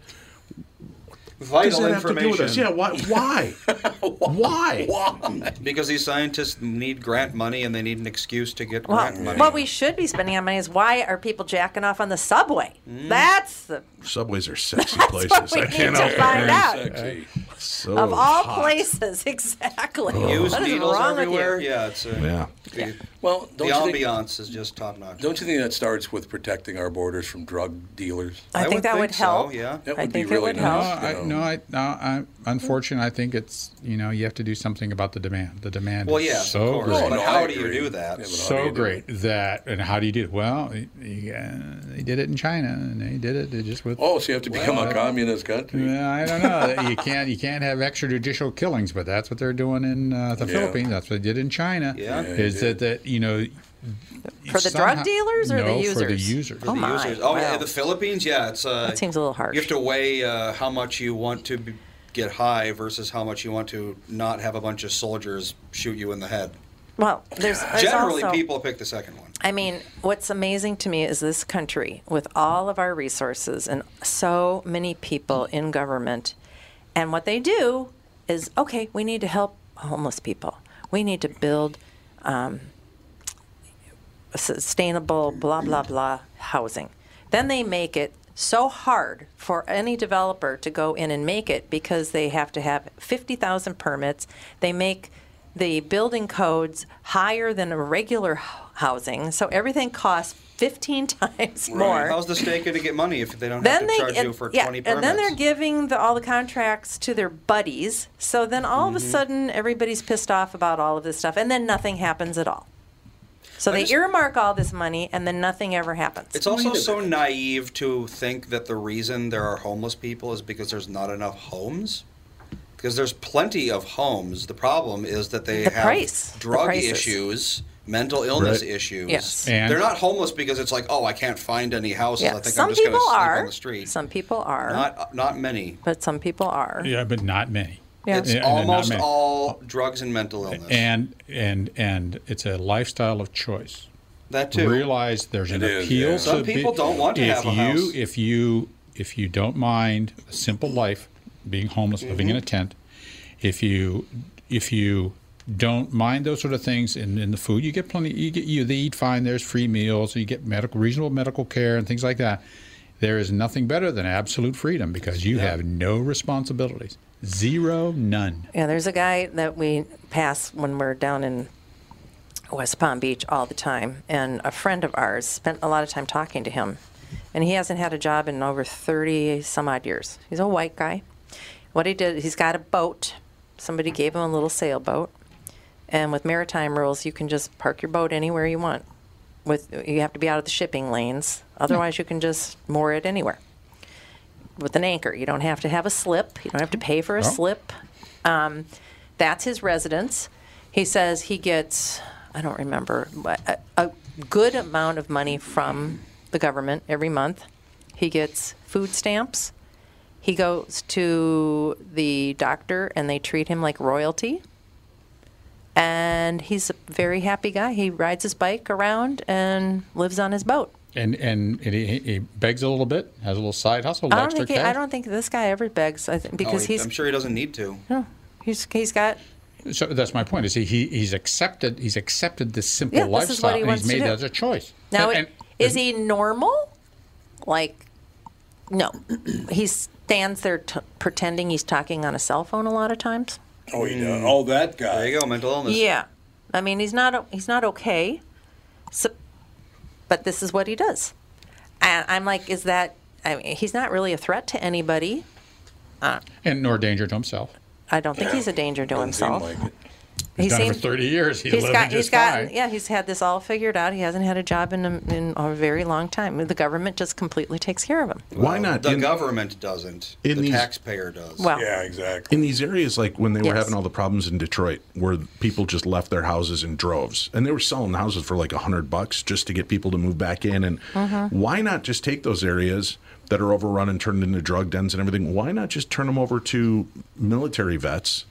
D: Vital
E: Does that have to
D: information.
E: do with us? Yeah, why? Why? why?
A: Why?
D: Because these scientists need grant money and they need an excuse to get
C: Well,
D: grant money.
C: what we should be spending on money is why are people jacking off on the subway? That's the
E: Subways are sexy places.
C: what we
E: I
C: need
E: can't
C: to
E: help it.
C: find
E: Very
C: out.
E: sexy. So
C: of all
E: hot.
C: places, exactly.
D: Use
C: what is
D: needles
C: wrong
D: everywhere.
C: with you?
D: Yeah, it's a,
E: Yeah.
D: The,
A: Well,
D: the
A: don't you think-
D: ambiance is just top notch.
A: Don't you think that starts with protecting our borders from drug dealers?
D: Oh,
C: I I think would that would think so, help. yeah.
A: That
C: I
A: would be
C: think it
A: really
C: would
A: nice.
B: No, Uh, I,
A: you know.
B: no, I, no, I, unfortunately, I think it's you know you have to do something about the demand. The demand
D: Well,
B: is
D: yeah, of
B: so
D: course,
B: great.
D: but No, how I do you agree. do that? Yeah, but how do you
B: So
D: do
B: great that, and how do you do it? Well, y- you, uh, they did it in China, and they did it they just with.
A: Oh, so you have to become
B: Well,
A: a communist country.
B: Yeah, I don't know. you can't you can't have extrajudicial killings, but that's what they're doing in uh, the
A: Yeah.
B: Philippines. That's what they did in China.
A: Yeah. Yeah, they
B: is that that you know
C: For the drug
B: somehow-
C: dealers or the
B: No, for the
C: users?
B: users?
C: For the Oh, my.
D: Users- Oh, yeah,
C: Wow.
D: the Philippines. Yeah, it's uh,
C: That seems a little harsh.
D: You have to weigh uh, how much you want to be, get high versus how much you want to not have a bunch of soldiers shoot you in the head.
C: Well, there's, there's
D: Generally,
C: also,
D: people pick the second one.
C: I mean, what's amazing to me is this country, with all of our resources and so many people in government, and what they do is okay, we need to help homeless people. We need to build um, sustainable, blah, blah, blah housing. Then they make it so hard for any developer to go in and make it because they have to have 50,000 permits. They make the building codes higher than a regular h- housing, so everything costs 15 times more.
D: How's the state going to get money if they don't have
C: then
D: to
C: they
D: charge
C: and,
D: you for
C: yeah,
D: 20
C: and
D: permits?
C: then they're giving the, all the contracts to their buddies. So then all of a
D: Mhm.
C: sudden everybody's pissed off about all of this stuff, and then nothing happens at all. So
D: I
C: they
D: just-
C: earmark all this money, and then nothing ever happens.
D: It's also so naive to think that the reason there are homeless people is because there's not enough homes. Because there's plenty of homes. The problem is that they
C: The
D: have
C: price, the
D: drug
C: prices.
D: issues, mental illness
C: Right.
D: issues.
C: Yes. And-
D: They're not homeless because it's like, oh, I can't find any houses.
C: Yeah,
D: I think I'm
C: some
D: just going to
C: people
D: sleep
C: are.
D: on the street.
C: Some people are,
D: Not, not many.
C: but some people are.
B: Yeah, but not many.
D: It's
B: and not
D: almost
B: many.
D: all drugs and mental illness.
B: and and and it's a lifestyle of choice.
D: That too.
B: Realize there's an
D: It is,
B: appeal.
D: yeah.
B: to
D: Some
B: be-
D: people don't want to
B: if
D: have a
B: you,
D: house.
B: If you if you don't mind a simple life, being homeless, living in a
D: Mhm.
B: tent, if you if you don't mind those sort of things and in the food you get plenty you get you they eat fine there's free meals you get medical reasonable medical care and things like that there is nothing better than absolute freedom because you have no responsibilities zero none
C: Yeah, there's a guy that we pass when we're down in West Palm Beach all the time, and a friend of ours spent a lot of time talking to him, and he hasn't had a job in over 30 some odd years. He's a white guy. What he did, he's got a boat. Somebody gave him a little sailboat, and with maritime rules, you can just park your boat anywhere you want. With you have to be out of the shipping lanes, otherwise you can just moor it anywhere with an anchor. You don't have to have a slip. You don't have to pay for a
J: Well.
C: slip. Um, that's his residence. He says he gets, I don't remember, but a, a good amount of money from the government every month. He gets food stamps. He goes to the doctor and they treat him like royalty. And he's a very happy guy. He rides his bike around and lives on his boat.
B: and and, and he, he begs a little bit has a little side hustle
C: I don't
B: extra
C: think he,
B: cash.
C: I don't think this guy ever begs I think, because he's
D: I'm sure Oh, he doesn't need to.
C: No, he's he's got.
B: So that's my point. Is he, he he's accepted he's accepted this simple
C: Yeah,
B: lifestyle
C: this is what he
B: and
C: wants
B: he's made
C: to do.
B: that as a choice.
C: Now,
B: And-
C: it- is he normal? Like, no, he stands there t- pretending he's talking on a cell phone a lot of times.
A: Oh, you know, oh, that guy. There
D: you go, mental illness.
C: Yeah, I mean he's not o- he's not okay, so, but this is what he does. And I'm like, is that? I mean, he's not really a threat to anybody. Uh,
B: and nor danger to himself.
C: I don't think he's a danger to himself.
B: He's
C: He
B: done it
C: seems-
B: for thirty years. He's,
C: he's
B: living
C: got,
B: just
C: he's got,
B: fine.
C: yeah, he's had this all figured out. He hasn't had a job in a, in a very long time. The government just completely takes care of him.
E: Why not?
D: The
E: In-
D: government doesn't.
E: in
D: the
E: these-
D: taxpayer does.
C: Well-
A: Yeah, exactly.
E: In these areas, like when they were
D: Yes.
E: having all the problems in Detroit, where people just left their houses in droves, and they were selling houses for like a hundred bucks just to get people to move back in. And
K: Mhm.
E: why not just take those areas that are overrun and turned into drug dens and everything? Why not just turn them over to military vets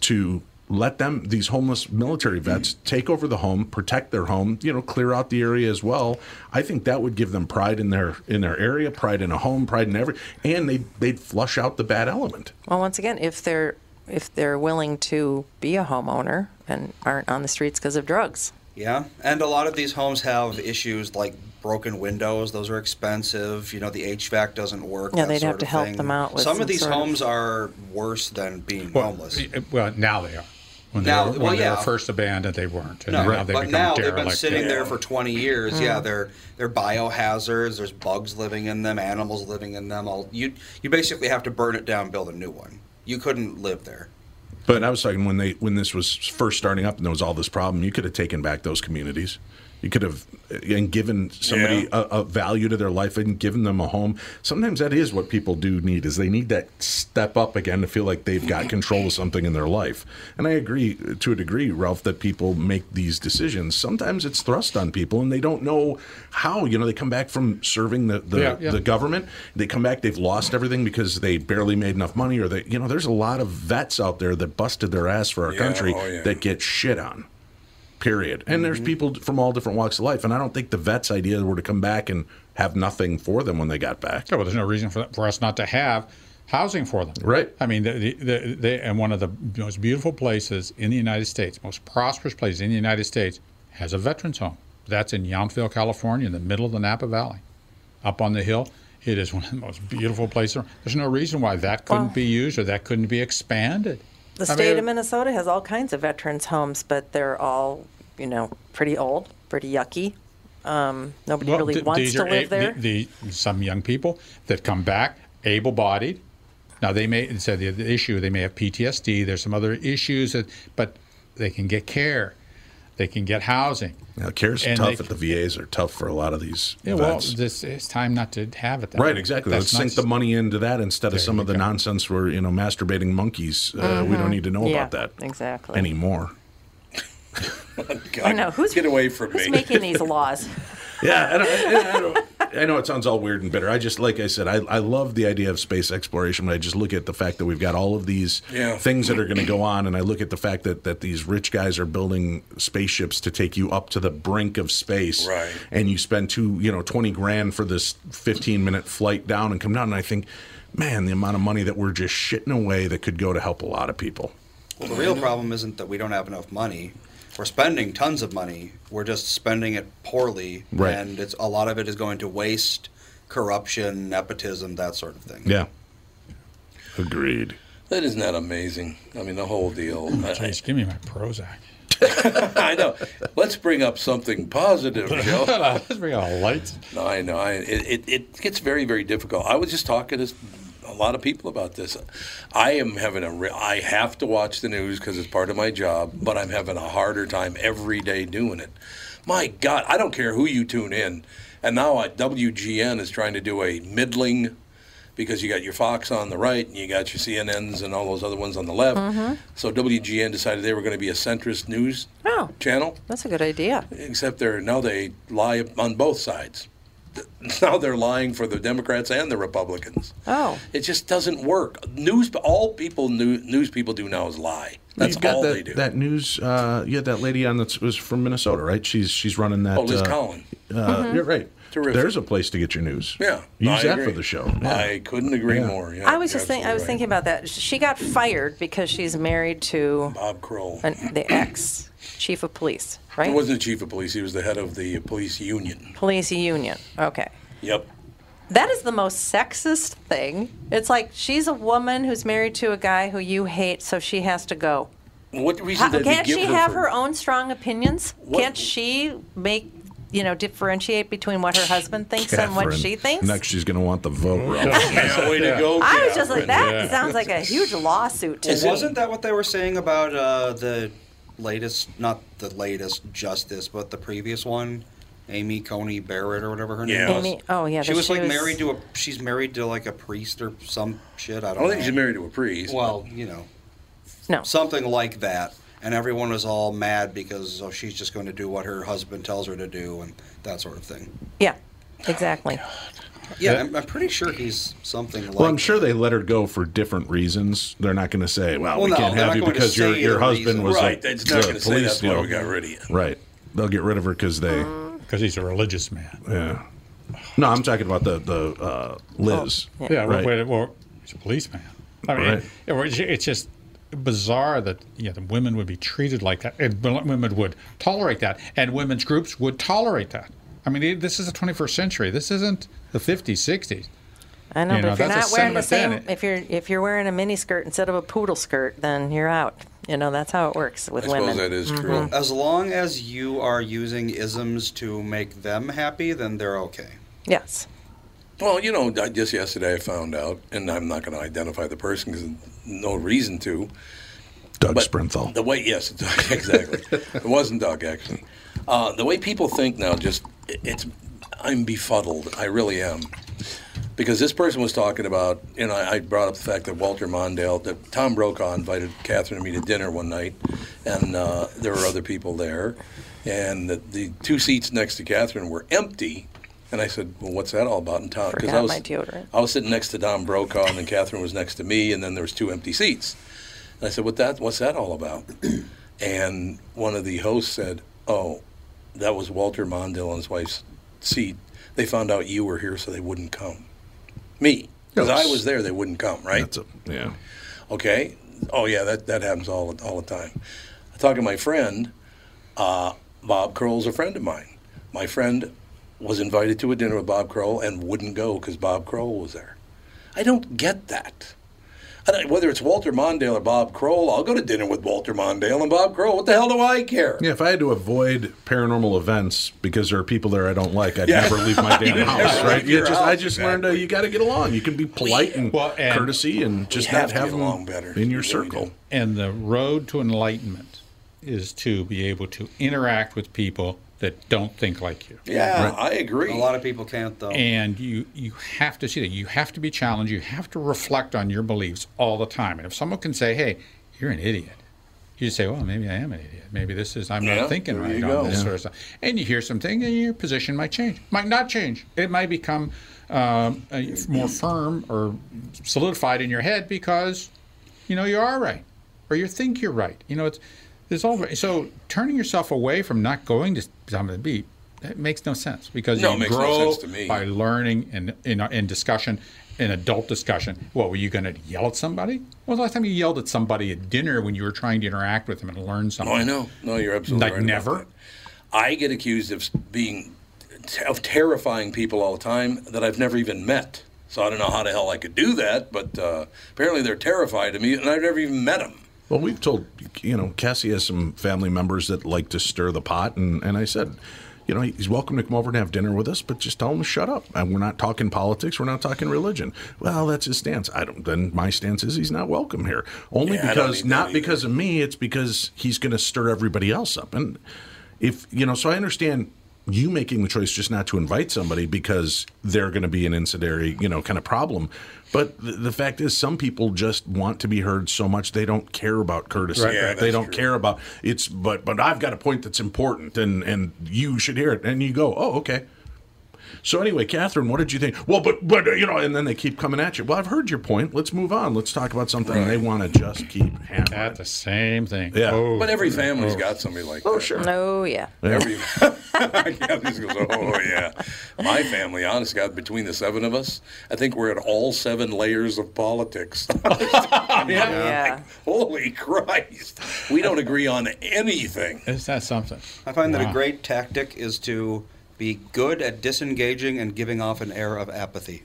E: to let them these homeless military vets take over the home, protect their home, you know, clear out the area as well. I think that would give them pride in their in their area, pride in a home, pride in every, and they they'd flush out the bad element.
C: Well, once again, if they're if they're willing to be a homeowner and aren't on the streets because of drugs,
D: Yeah, and a lot of these homes have issues like broken windows. Those are expensive. You know, the HVAC doesn't work.
C: Yeah,
D: that
C: they'd
D: sort
C: have
D: of
C: to help
D: thing.
C: them out with
D: some,
C: some
D: of these
C: sort of-
D: homes are worse than being homeless.
B: eh, Well, now they are. When they
D: Now-
B: were, when
D: well,
B: they
D: yeah.
B: were first abandoned, they weren't. And
D: No,
B: now they
D: but
B: become
D: now they've
B: derelict.
D: been sitting
B: yeah.
D: there for 20 years.
B: Mm.
D: Yeah, they're they're biohazards. There's bugs living in them, animals living in them. All you you basically have to burn it down, build a new one. You couldn't live there.
E: But I was talking when they when this was first starting up and there was all this problem, you could have taken back those communities. You could have uh, and given somebody a, a value to their life and given them a home. Sometimes that is what people do need is they need that step up again to feel like they've got control of something in their life. And I agree uh, to a degree, Ralph, that people make these decisions. Sometimes it's thrust on people and they don't know how. You know, they come back from serving the the,
B: Yeah, yeah.
E: the government. They come back, they've lost everything because they barely made enough money, or they, you know, there's a lot of vets out there that busted their ass for our
A: Yeah,
E: country
A: oh, yeah.
E: that get shit on. Period. And there's
B: Mm-hmm.
A: Mhm.
E: people from all different walks of life, and I don't think the vets' idea were to come back and have nothing for them when they got back.
B: well, there's no reason for, for us not to have housing for them.
E: Right.
B: I mean, the, the, the, they and one of the most beautiful places in the United States, most prosperous place in the United States, has a veterans home. That's in Yountville, California, in the middle of the Napa Valley. up on the hill. It is one of the most beautiful places. around. There's no reason why that couldn't be used or that couldn't be expanded.
C: The
B: I mean,
C: state of Minnesota has all kinds of veterans' homes, but they're all, you know, pretty old, pretty yucky. Um, nobody
B: Well,
C: really
B: th-
C: wants
B: these
C: to
B: are
C: live
B: a-
C: there.
B: The, the- some young people that come back able-bodied. Now they may so the, the issue they may have PTSD. There's some other issues, that, but they can get care. They can get housing.
E: Yeah, care's
B: And
E: tough
B: they-
E: at the VAs are tough for a lot of these
B: Yeah, well,
E: events.
B: this, it's time not to have it. That
E: Right,
B: way.
E: exactly.
B: That's
E: Let's
B: not
E: sink the money into that instead of some of the nonsense where you know masturbating monkeys. Uh, We don't need to know
C: Mm-hmm. Yeah,
E: about that
C: exactly.
E: anymore.
C: I know who's
A: Get away from
C: who's
E: me.
C: making these laws.
E: Yeah, I, don't, I, don't, I know it sounds all weird and bitter. I just, like I said, I, I love the idea of space exploration, but I just look at the fact that we've got all of these
A: Yeah.
E: things that are going to go on, and I look at the fact that, that these rich guys are building spaceships to take you up to the brink of space,
A: Right.
E: And you spend two, you know, twenty grand for this fifteen minute flight down and come down, and I think, man, the amount of money that we're just shitting away that could go to help a lot of people.
D: Well, the real problem isn't that we don't have enough money. We're spending tons of money. We're just spending it poorly,
E: Right.
D: and it's a lot of it is going to waste, corruption, nepotism, that sort of thing.
E: Yeah, agreed.
A: That isn't that amazing. I mean, the whole deal. I,
B: Jeez, give me my Prozac.
A: I know. Let's bring up something positive, Joe.
B: Let's bring out lights.
A: No, I know. I, it, it, it gets very, very difficult. I was just talking to s- a lot of people about this. I am having a. Re- I have to watch the news because it's part of my job, but I'm having a harder time every day doing it. My God, I don't care who you tune in. And now uh, WGN is trying to do a middling because you got your Fox on the right and you got your CNNs and all those other ones on the left.
C: Mhm.
A: So WGN decided they were going to be a centrist news
C: Oh,
A: channel
C: that's a good idea.
A: except they're now they lie on both sides. Now they're lying for the Democrats and the Republicans.
C: Oh,
A: It just doesn't work. News, all people new, news people do now is lie. That's
E: You've got
A: all
E: that,
A: they do.
E: That news, uh, you had that lady on that was from Minnesota, right? She's she's running that.
A: Oh, Liz
E: uh,
A: Collin.
E: Uh,
A: Mhm.
E: You're right.
A: Terrific.
E: There's a place to get your news.
A: Yeah,
E: Use
A: I
E: that
A: agree.
E: for the show.
A: I couldn't agree
E: Yeah.
A: more. Yeah,
C: I was just thinking. I was
A: absolutely
C: thinking about that. She got fired because she's married to
A: Bob Kroll,
C: an, the ex chief of police,
A: right.
C: right?
A: He wasn't the chief of police. He was the head of the police union.
C: police union. Okay.
A: Yep.
C: That is the most sexist thing. It's like she's a woman who's married to a guy who you hate, so she has to go.
A: What reason
C: How,
A: did they
C: can't
A: give
C: she
A: her
C: have
A: for-
C: her own strong opinions? Can't she make, you know, differentiate between what her husband thinks and what
E: Catherine.
C: she thinks?
E: Next, she's going to want the vote. Rob.
A: Yeah, way to go.
C: I was just
A: Catherine.
C: like, that sounds like a huge lawsuit to
D: Well,
C: me.
D: wasn't that what they were saying about uh, the latest, not the latest justice, but the previous one, Amy Coney Barrett or whatever her
A: Yeah.
D: name was?
A: Amy-
C: oh, yeah,
D: she
C: that
D: was
C: she
D: like
C: was-
D: married to a. She's married to like a priest or some shit. I don't.
A: I don't
D: know.
A: think she's married to a priest.
D: Well, you know.
C: No.
D: Something like that. And everyone was all mad because oh, she's just going to do what her husband tells her to do and that sort of thing.
C: Yeah, exactly.
D: Yeah, I'm, I'm pretty sure he's something like
E: Well, I'm sure they let her go for different reasons. They're not going to say, "Well,
D: Well,
E: we
D: no,
E: can't
D: they're
E: have
D: not
E: you
D: going to
E: because your
D: say
E: your
D: the
E: husband
D: reason.
E: was
A: Right,
E: the,
A: it's not
E: the
A: gonna say
E: police
A: that's why
E: deal."
A: we got rid of you.
E: Right. They'll get rid of her because they.
B: Because he's a religious man.
E: Yeah. No, I'm talking about the the uh, Liz.
B: Yeah,
E: right.
B: well, well, he's a policeman. I mean,
E: Right.
B: it- it- it's just bizarre that you know, the women would be treated like that, and bl- women would tolerate that, and women's groups would tolerate that. I mean, it- this is the 21st century. This isn't the 50s, 60s.
C: I know,
B: You
C: but
B: know,
C: if you're
B: that's a
C: not wearing the same,
B: sentiment,
C: if you're if you're wearing a mini skirt instead of a poodle skirt, then you're out. You know, that's how it works with
A: I
C: women.
A: suppose that is
C: Mhm.
A: true.
D: As long as you are using isms to make them happy, then they're okay.
C: Yes.
A: Well, you know, I- just yesterday I found out, and I'm not going to identify the person because no reason to.
E: Doug
A: but
E: Sprinthal.
A: The way, yes, Doug, exactly. it wasn't Doug actually. Uh, the way people think now, just it- it's, I'm befuddled. I really am, because this person was talking about, you know, I brought up the fact that Walter Mondale, that Tom Brokaw invited Catherine and me to dinner one night, and uh, there were other people there, and the, the two seats next to Catherine were empty. And I said, "Well, what's that all about?" And Tom, because I
C: Forgot
A: was
C: my deodorant.
A: I was sitting next to Don Brokaw, and then Catherine was next to me, and then there was two empty seats. And I said, "What that? What's that all about?" And one of the hosts said, "Oh, that was Walter Mondale and his wife's seat. They found out you were here, so they wouldn't come. Me, because I was there, they wouldn't come. Right?
E: That's a, yeah.
A: Okay. Oh yeah, that that happens all all the time. I talk to my friend. Uh, Bob Kroll's a friend of mine. My friend was invited to a dinner with Bob Crowell and wouldn't go because Bob Crowell was there. I don't get that. I don't, whether it's Walter Mondale or Bob Crowell, I'll go to dinner with Walter Mondale and Bob Crowell. What the hell do I care?
E: Yeah, if I had to avoid paranormal events because there are people there I don't like, I'd
A: Yeah.
E: never leave my
A: You'd
E: damn
A: never
E: house,
A: leave
E: right?
A: your
E: You just, I
A: house,
E: just
A: exactly.
E: learned uh, you got to get along. You can be polite and,
B: and-
E: courtesy and just
B: We have
E: not
B: to
E: have
B: get
E: them
B: along better.
E: in your circle.
B: And the road to enlightenment is to be able to interact with people that don't think like you.
D: Yeah,
B: Right.
D: I agree. A lot of people can't though.
B: And you you have to see that. You have to be challenged. You have to reflect on your beliefs all the time. And if someone can say, "Hey, you're an idiot," you say, "Well, maybe I am an idiot. Maybe this is I'm
H: Yeah,
B: not thinking
H: there
B: right on
H: you go.
B: this
H: Yeah.
B: sort of stuff." And you hear something, and your position might change, might not change. It might become um, uh, more firm or solidified in your head because you know you are right, or you think you're right. You know it's there's all so turning yourself away from not going to some of the beat. That makes no sense because
A: No,
B: you
A: it makes no
B: grow
A: sense to me.
B: by learning and in, in discussion, in adult discussion. What were you going to yell at somebody? Well, the last time you yelled at somebody at dinner when you were trying to interact with them and learn something.
A: No, Oh, I know. No, you're absolutely
B: like
A: right about
B: never.
A: I get accused of being of terrifying people all the time that I've never even met. So I don't know how the hell I could do that, but uh, apparently they're terrified of me, and I've never even met them.
E: Well, we've told, you know, Cassie has some family members that like to stir the pot. And, and I said, you know, he's welcome to come over and have dinner with us, but just tell him to shut up. And we're not talking politics. We're not talking religion. Well, that's his stance. I don't, then my stance is he's not welcome here. Only
A: Yeah, I don't
E: because,
A: need that
E: not because of me, it's because he's going to stir everybody else up. And if, you know, so I understand you making the choice just not to invite somebody because they're going to be an incendiary, you know, kind of problem. But the, the fact is, some people just want to be heard so much they don't care about courtesy.
A: Right, Yeah, right.
E: they don't care about it's. But but I've got a point that's important, and and you should hear it. And you go, oh okay. So anyway, Catherine, what did you think? Well, but but uh, you know, and then they keep coming at you. Well, I've heard your point. Let's move on. Let's talk about something. They want to just keep hammering
B: at the same thing. Oh,
E: Yeah,
A: But every family's got somebody like that. Oh, sure.
C: No, yeah.
A: Every, Kathy goes, oh yeah. My family, honest to God, between the seven of us, I think we're at all seven layers of politics. yeah.
D: Yeah.
A: Holy Christ, we don't agree on anything.
B: Is that something?
D: I find that
A: Wow.
D: a great tactic is to be good at disengaging and giving off an air of apathy.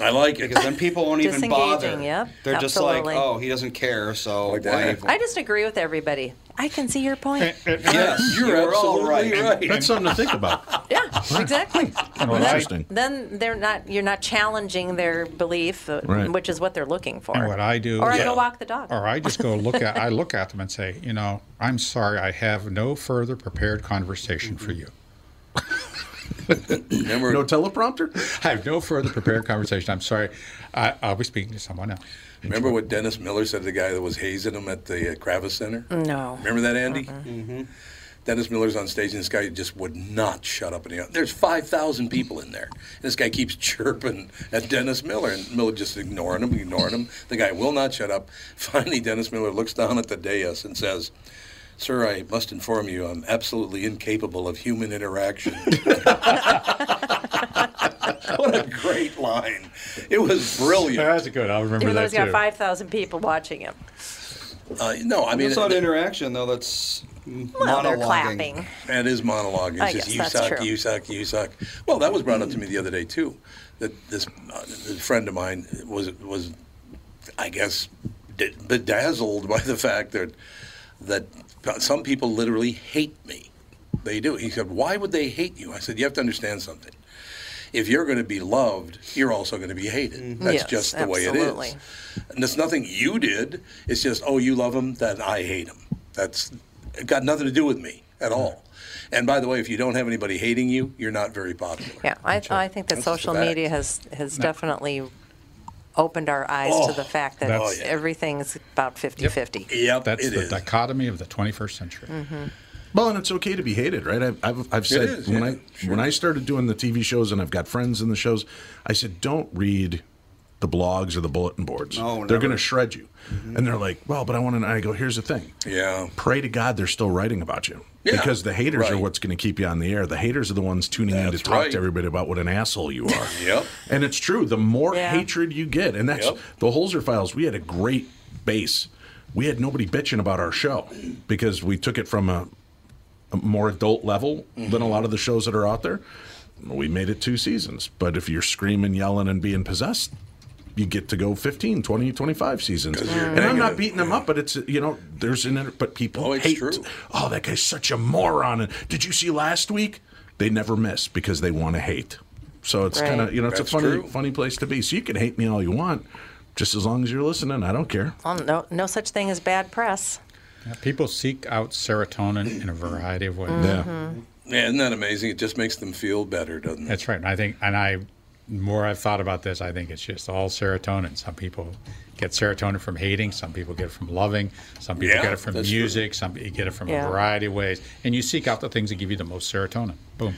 A: I like it
D: because then people won't even bother.
C: Disengaging, yep,
D: They're just
C: absolutely.
D: like, oh, he doesn't care, so why
A: that.
C: I just agree with everybody. I can see your point.
D: Yes, you're absolutely right.
E: That's something to think about.
C: exactly.
E: Well, interesting.
C: Then they're not. You're not challenging their belief, uh,
B: Right.
C: which is what they're looking for.
B: And what I do,
C: Or I
B: is-
C: go walk the dog.
B: Or I just go look at. I look at them and say, you know, I'm sorry, I have no further prepared conversation for you.
E: no teleprompter.
B: I have no further prepared conversation. I'm sorry. I, I'll be speaking to someone else.
A: Remember what Dennis Miller said to the guy that was hazing him at the uh, Kravis Center?
C: No.
A: Remember that, Andy? Mm-hmm. Dennis Miller's on stage, and this guy just would not shut up. And he- there's 5,000 people in there. And this guy keeps chirping at Dennis Miller, and Miller just ignoring him, ignoring him. The guy will not shut up. Finally, Dennis Miller looks down at the dais and says, Sir, I must inform you, I'm absolutely incapable of human interaction. what a great line. It was brilliant.
B: That's good. I'll remember
C: Even though he's got five thousand people watching him.
A: Uh, no, I mean
D: That's not interaction though. That's
C: Well, they're
D: monologuing.
C: clapping.
A: That is monologuing. It's
C: I
A: just
C: guess
A: you
C: Uh, that's
A: suck,
C: true.
A: you suck, you suck. Well, that was brought up to me the other day too. That this uh, this friend of mine was was, I guess, d- bedazzled by the fact that that some people literally hate me. They do. He said, "Why would they hate you?" I said, "You have to understand something." If you're going to be loved, you're also going to be hated. That's
C: Mm-hmm. Yes,
A: just the way it
C: absolutely.
A: is. And it's nothing you did. It's just, oh, you love him, then I hate him. That's it got nothing to do with me at all. And by the way, if you don't have anybody hating you, you're not very popular.
C: Yeah, I, I think
A: That's
C: that
A: just a
C: social
A: fact.
C: media has has
A: No.
C: definitely opened our eyes
A: Oh,
C: to the fact that
B: that's-
C: everything's about 50-50.
A: Yep,
B: That's
E: it
B: the
E: is.
B: dichotomy of the 21st century.
C: hmm
E: Well, and it's okay to be hated, right? I've, I've, I've
B: It
E: said
B: is,
E: when
B: yeah,
E: I when I started doing the TV shows, and I've got friends in the shows. I said, don't read the blogs or the bulletin boards.
A: Oh, No, Mm-hmm.
E: they're
A: never.
E: going to shred you, and they're like, well, but I want to. I go, here's the thing.
A: Yeah.
E: Pray to God they're still writing about you.
A: Yeah,
E: because the haters are
A: right.
E: what's going to keep you on the air. The haters are the ones tuning in to talk
A: right.
E: to everybody about what an asshole you are.
A: Yep.
E: And it's true. The more
A: Yeah.
E: hatred you get, and that's
A: Yep.
E: the Holzer files. We had a great base. We had nobody bitching about our show because we took it from a, a more adult level than a lot of the shows that are out there. we made it two seasons. But if you're screaming, yelling, and being possessed, you get to go 15, 20, 25 seasons. And I'm not beating them up, but it's, you know, there's an, inter- but people hate, oh, that guy's such a moron. And did you see last week? They never miss because they want to hate. So it's
A: Right.
E: kind of, you know, it's a
A: That's
E: funny,
A: true.
E: funny place to be. So you can hate me all you want, just as long as you're listening. I don't care.
C: Well, no, no such thing as bad press.
B: Yeah, people seek out serotonin in a variety of ways.
A: Yeah, isn't that amazing? It just makes them feel better, doesn't it?
B: That's right. And I think, and I, the more I've thought about this, I think it's just all serotonin. Some people get serotonin from hating. Some people get it from loving. Some people
A: Yeah,
B: get it from
A: that's
B: music. Some people get it from
A: Yeah.
B: a variety of ways. And you seek out the things that give you the most serotonin. Boom.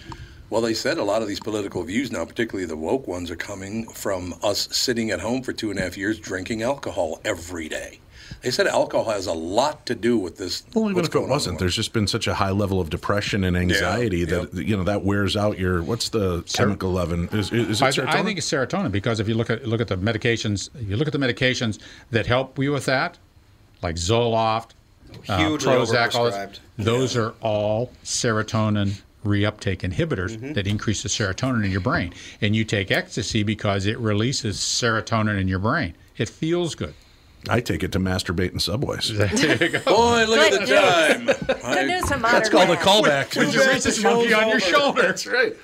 A: Well, they said a lot of these political views now, particularly the woke ones, are coming from us sitting at home for two and a half years drinking alcohol every day. They said alcohol has a lot to do with this.
E: Well, even if it wasn't, there's just been such a high level of depression and anxiety that you know that wears out your what's the chemical leaven? Is, is it
B: I,
E: serotonin?
B: I think it's serotonin because if you look at look at the medications, you look at the medications that help you with that, like Zoloft, uh,
D: Hugely
B: Prozac, all this-
D: overprescribed.
B: those are all serotonin reuptake inhibitors that increase the serotonin in your brain. And you take ecstasy because it releases serotonin in your brain. It feels good.
E: I take it to masturbate in subways.
B: There you go.
A: Boy, look at the time.
C: Good news from
E: That's
C: modern
E: called a
C: man.
E: callback.
A: Did you raise this monkey on your shoulder?
E: That's right.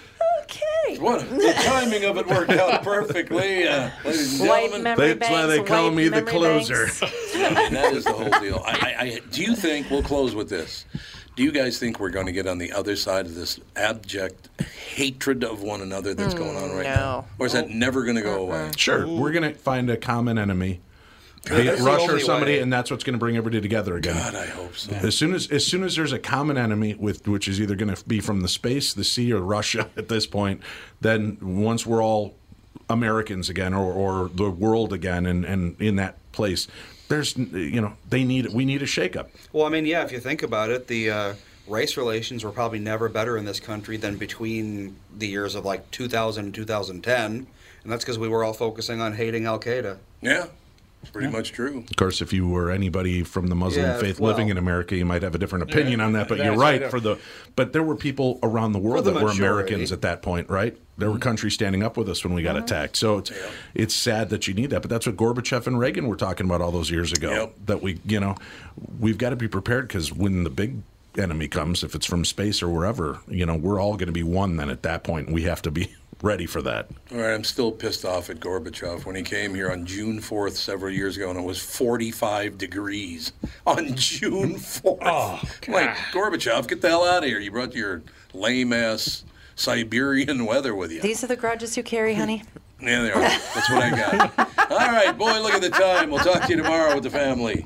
C: Okay.
A: What the timing of it worked out perfectly, uh, ladies and
C: White
A: gentlemen.
C: memory That's why they banks, call white me the memory closer.
A: and that is the whole deal. I, I, I, do you think we'll close with this? Do you guys think we're going to get on the other side of this abject hatred of one another that's going on right
C: no.
A: now, or is that never going to go away?
E: Sure, we're gonna find a common enemy, be it
A: That's the
E: Russia or
A: only
E: somebody,
A: way.
E: and that's what's gonna bring everybody together again. God,
A: I hope so.
E: As soon as as soon as there's a common enemy with which is either gonna be from the space, the sea, or Russia at this point, then once we're all Americans again, or, or the world again, and and in that place, there's you know they need we need a shakeup.
D: Well, I mean, yeah, if you think about it, the uh, race relations were probably never better in this country than between the years of like 2000 and 2010. And that's because we were all focusing on hating Al Qaeda.
A: Yeah, it's pretty much true.
E: Of course, if you were anybody from the Muslim
D: Yeah,
E: faith
D: well-
E: living in America, you might have a different
D: Yeah,
E: opinion on that. But you're
D: that's
E: right
D: right.
E: for the. But there were people around the world
D: the
E: that were
D: majority.
E: Americans at that point, right? There were countries standing up with us when we got attacked. So it's it's sad that you need that, but that's what Gorbachev and Reagan were talking about all those years ago. That we, you know, we've got to be prepared because when the big enemy comes, if it's from space or wherever, you know, we're all going to be one. Then at that point, we have to be ready for that.
A: All right, I'm still pissed off at Gorbachev when he came here on June 4th several years ago, and it was 45 degrees on June 4th. I'm like Gorbachev, get the hell out of here! You brought your lame ass Siberian weather with you.
C: These are the grudges you carry, honey.
A: Yeah, they are. That's what I got. All right, boy, look at the time. We'll talk to you tomorrow with the family.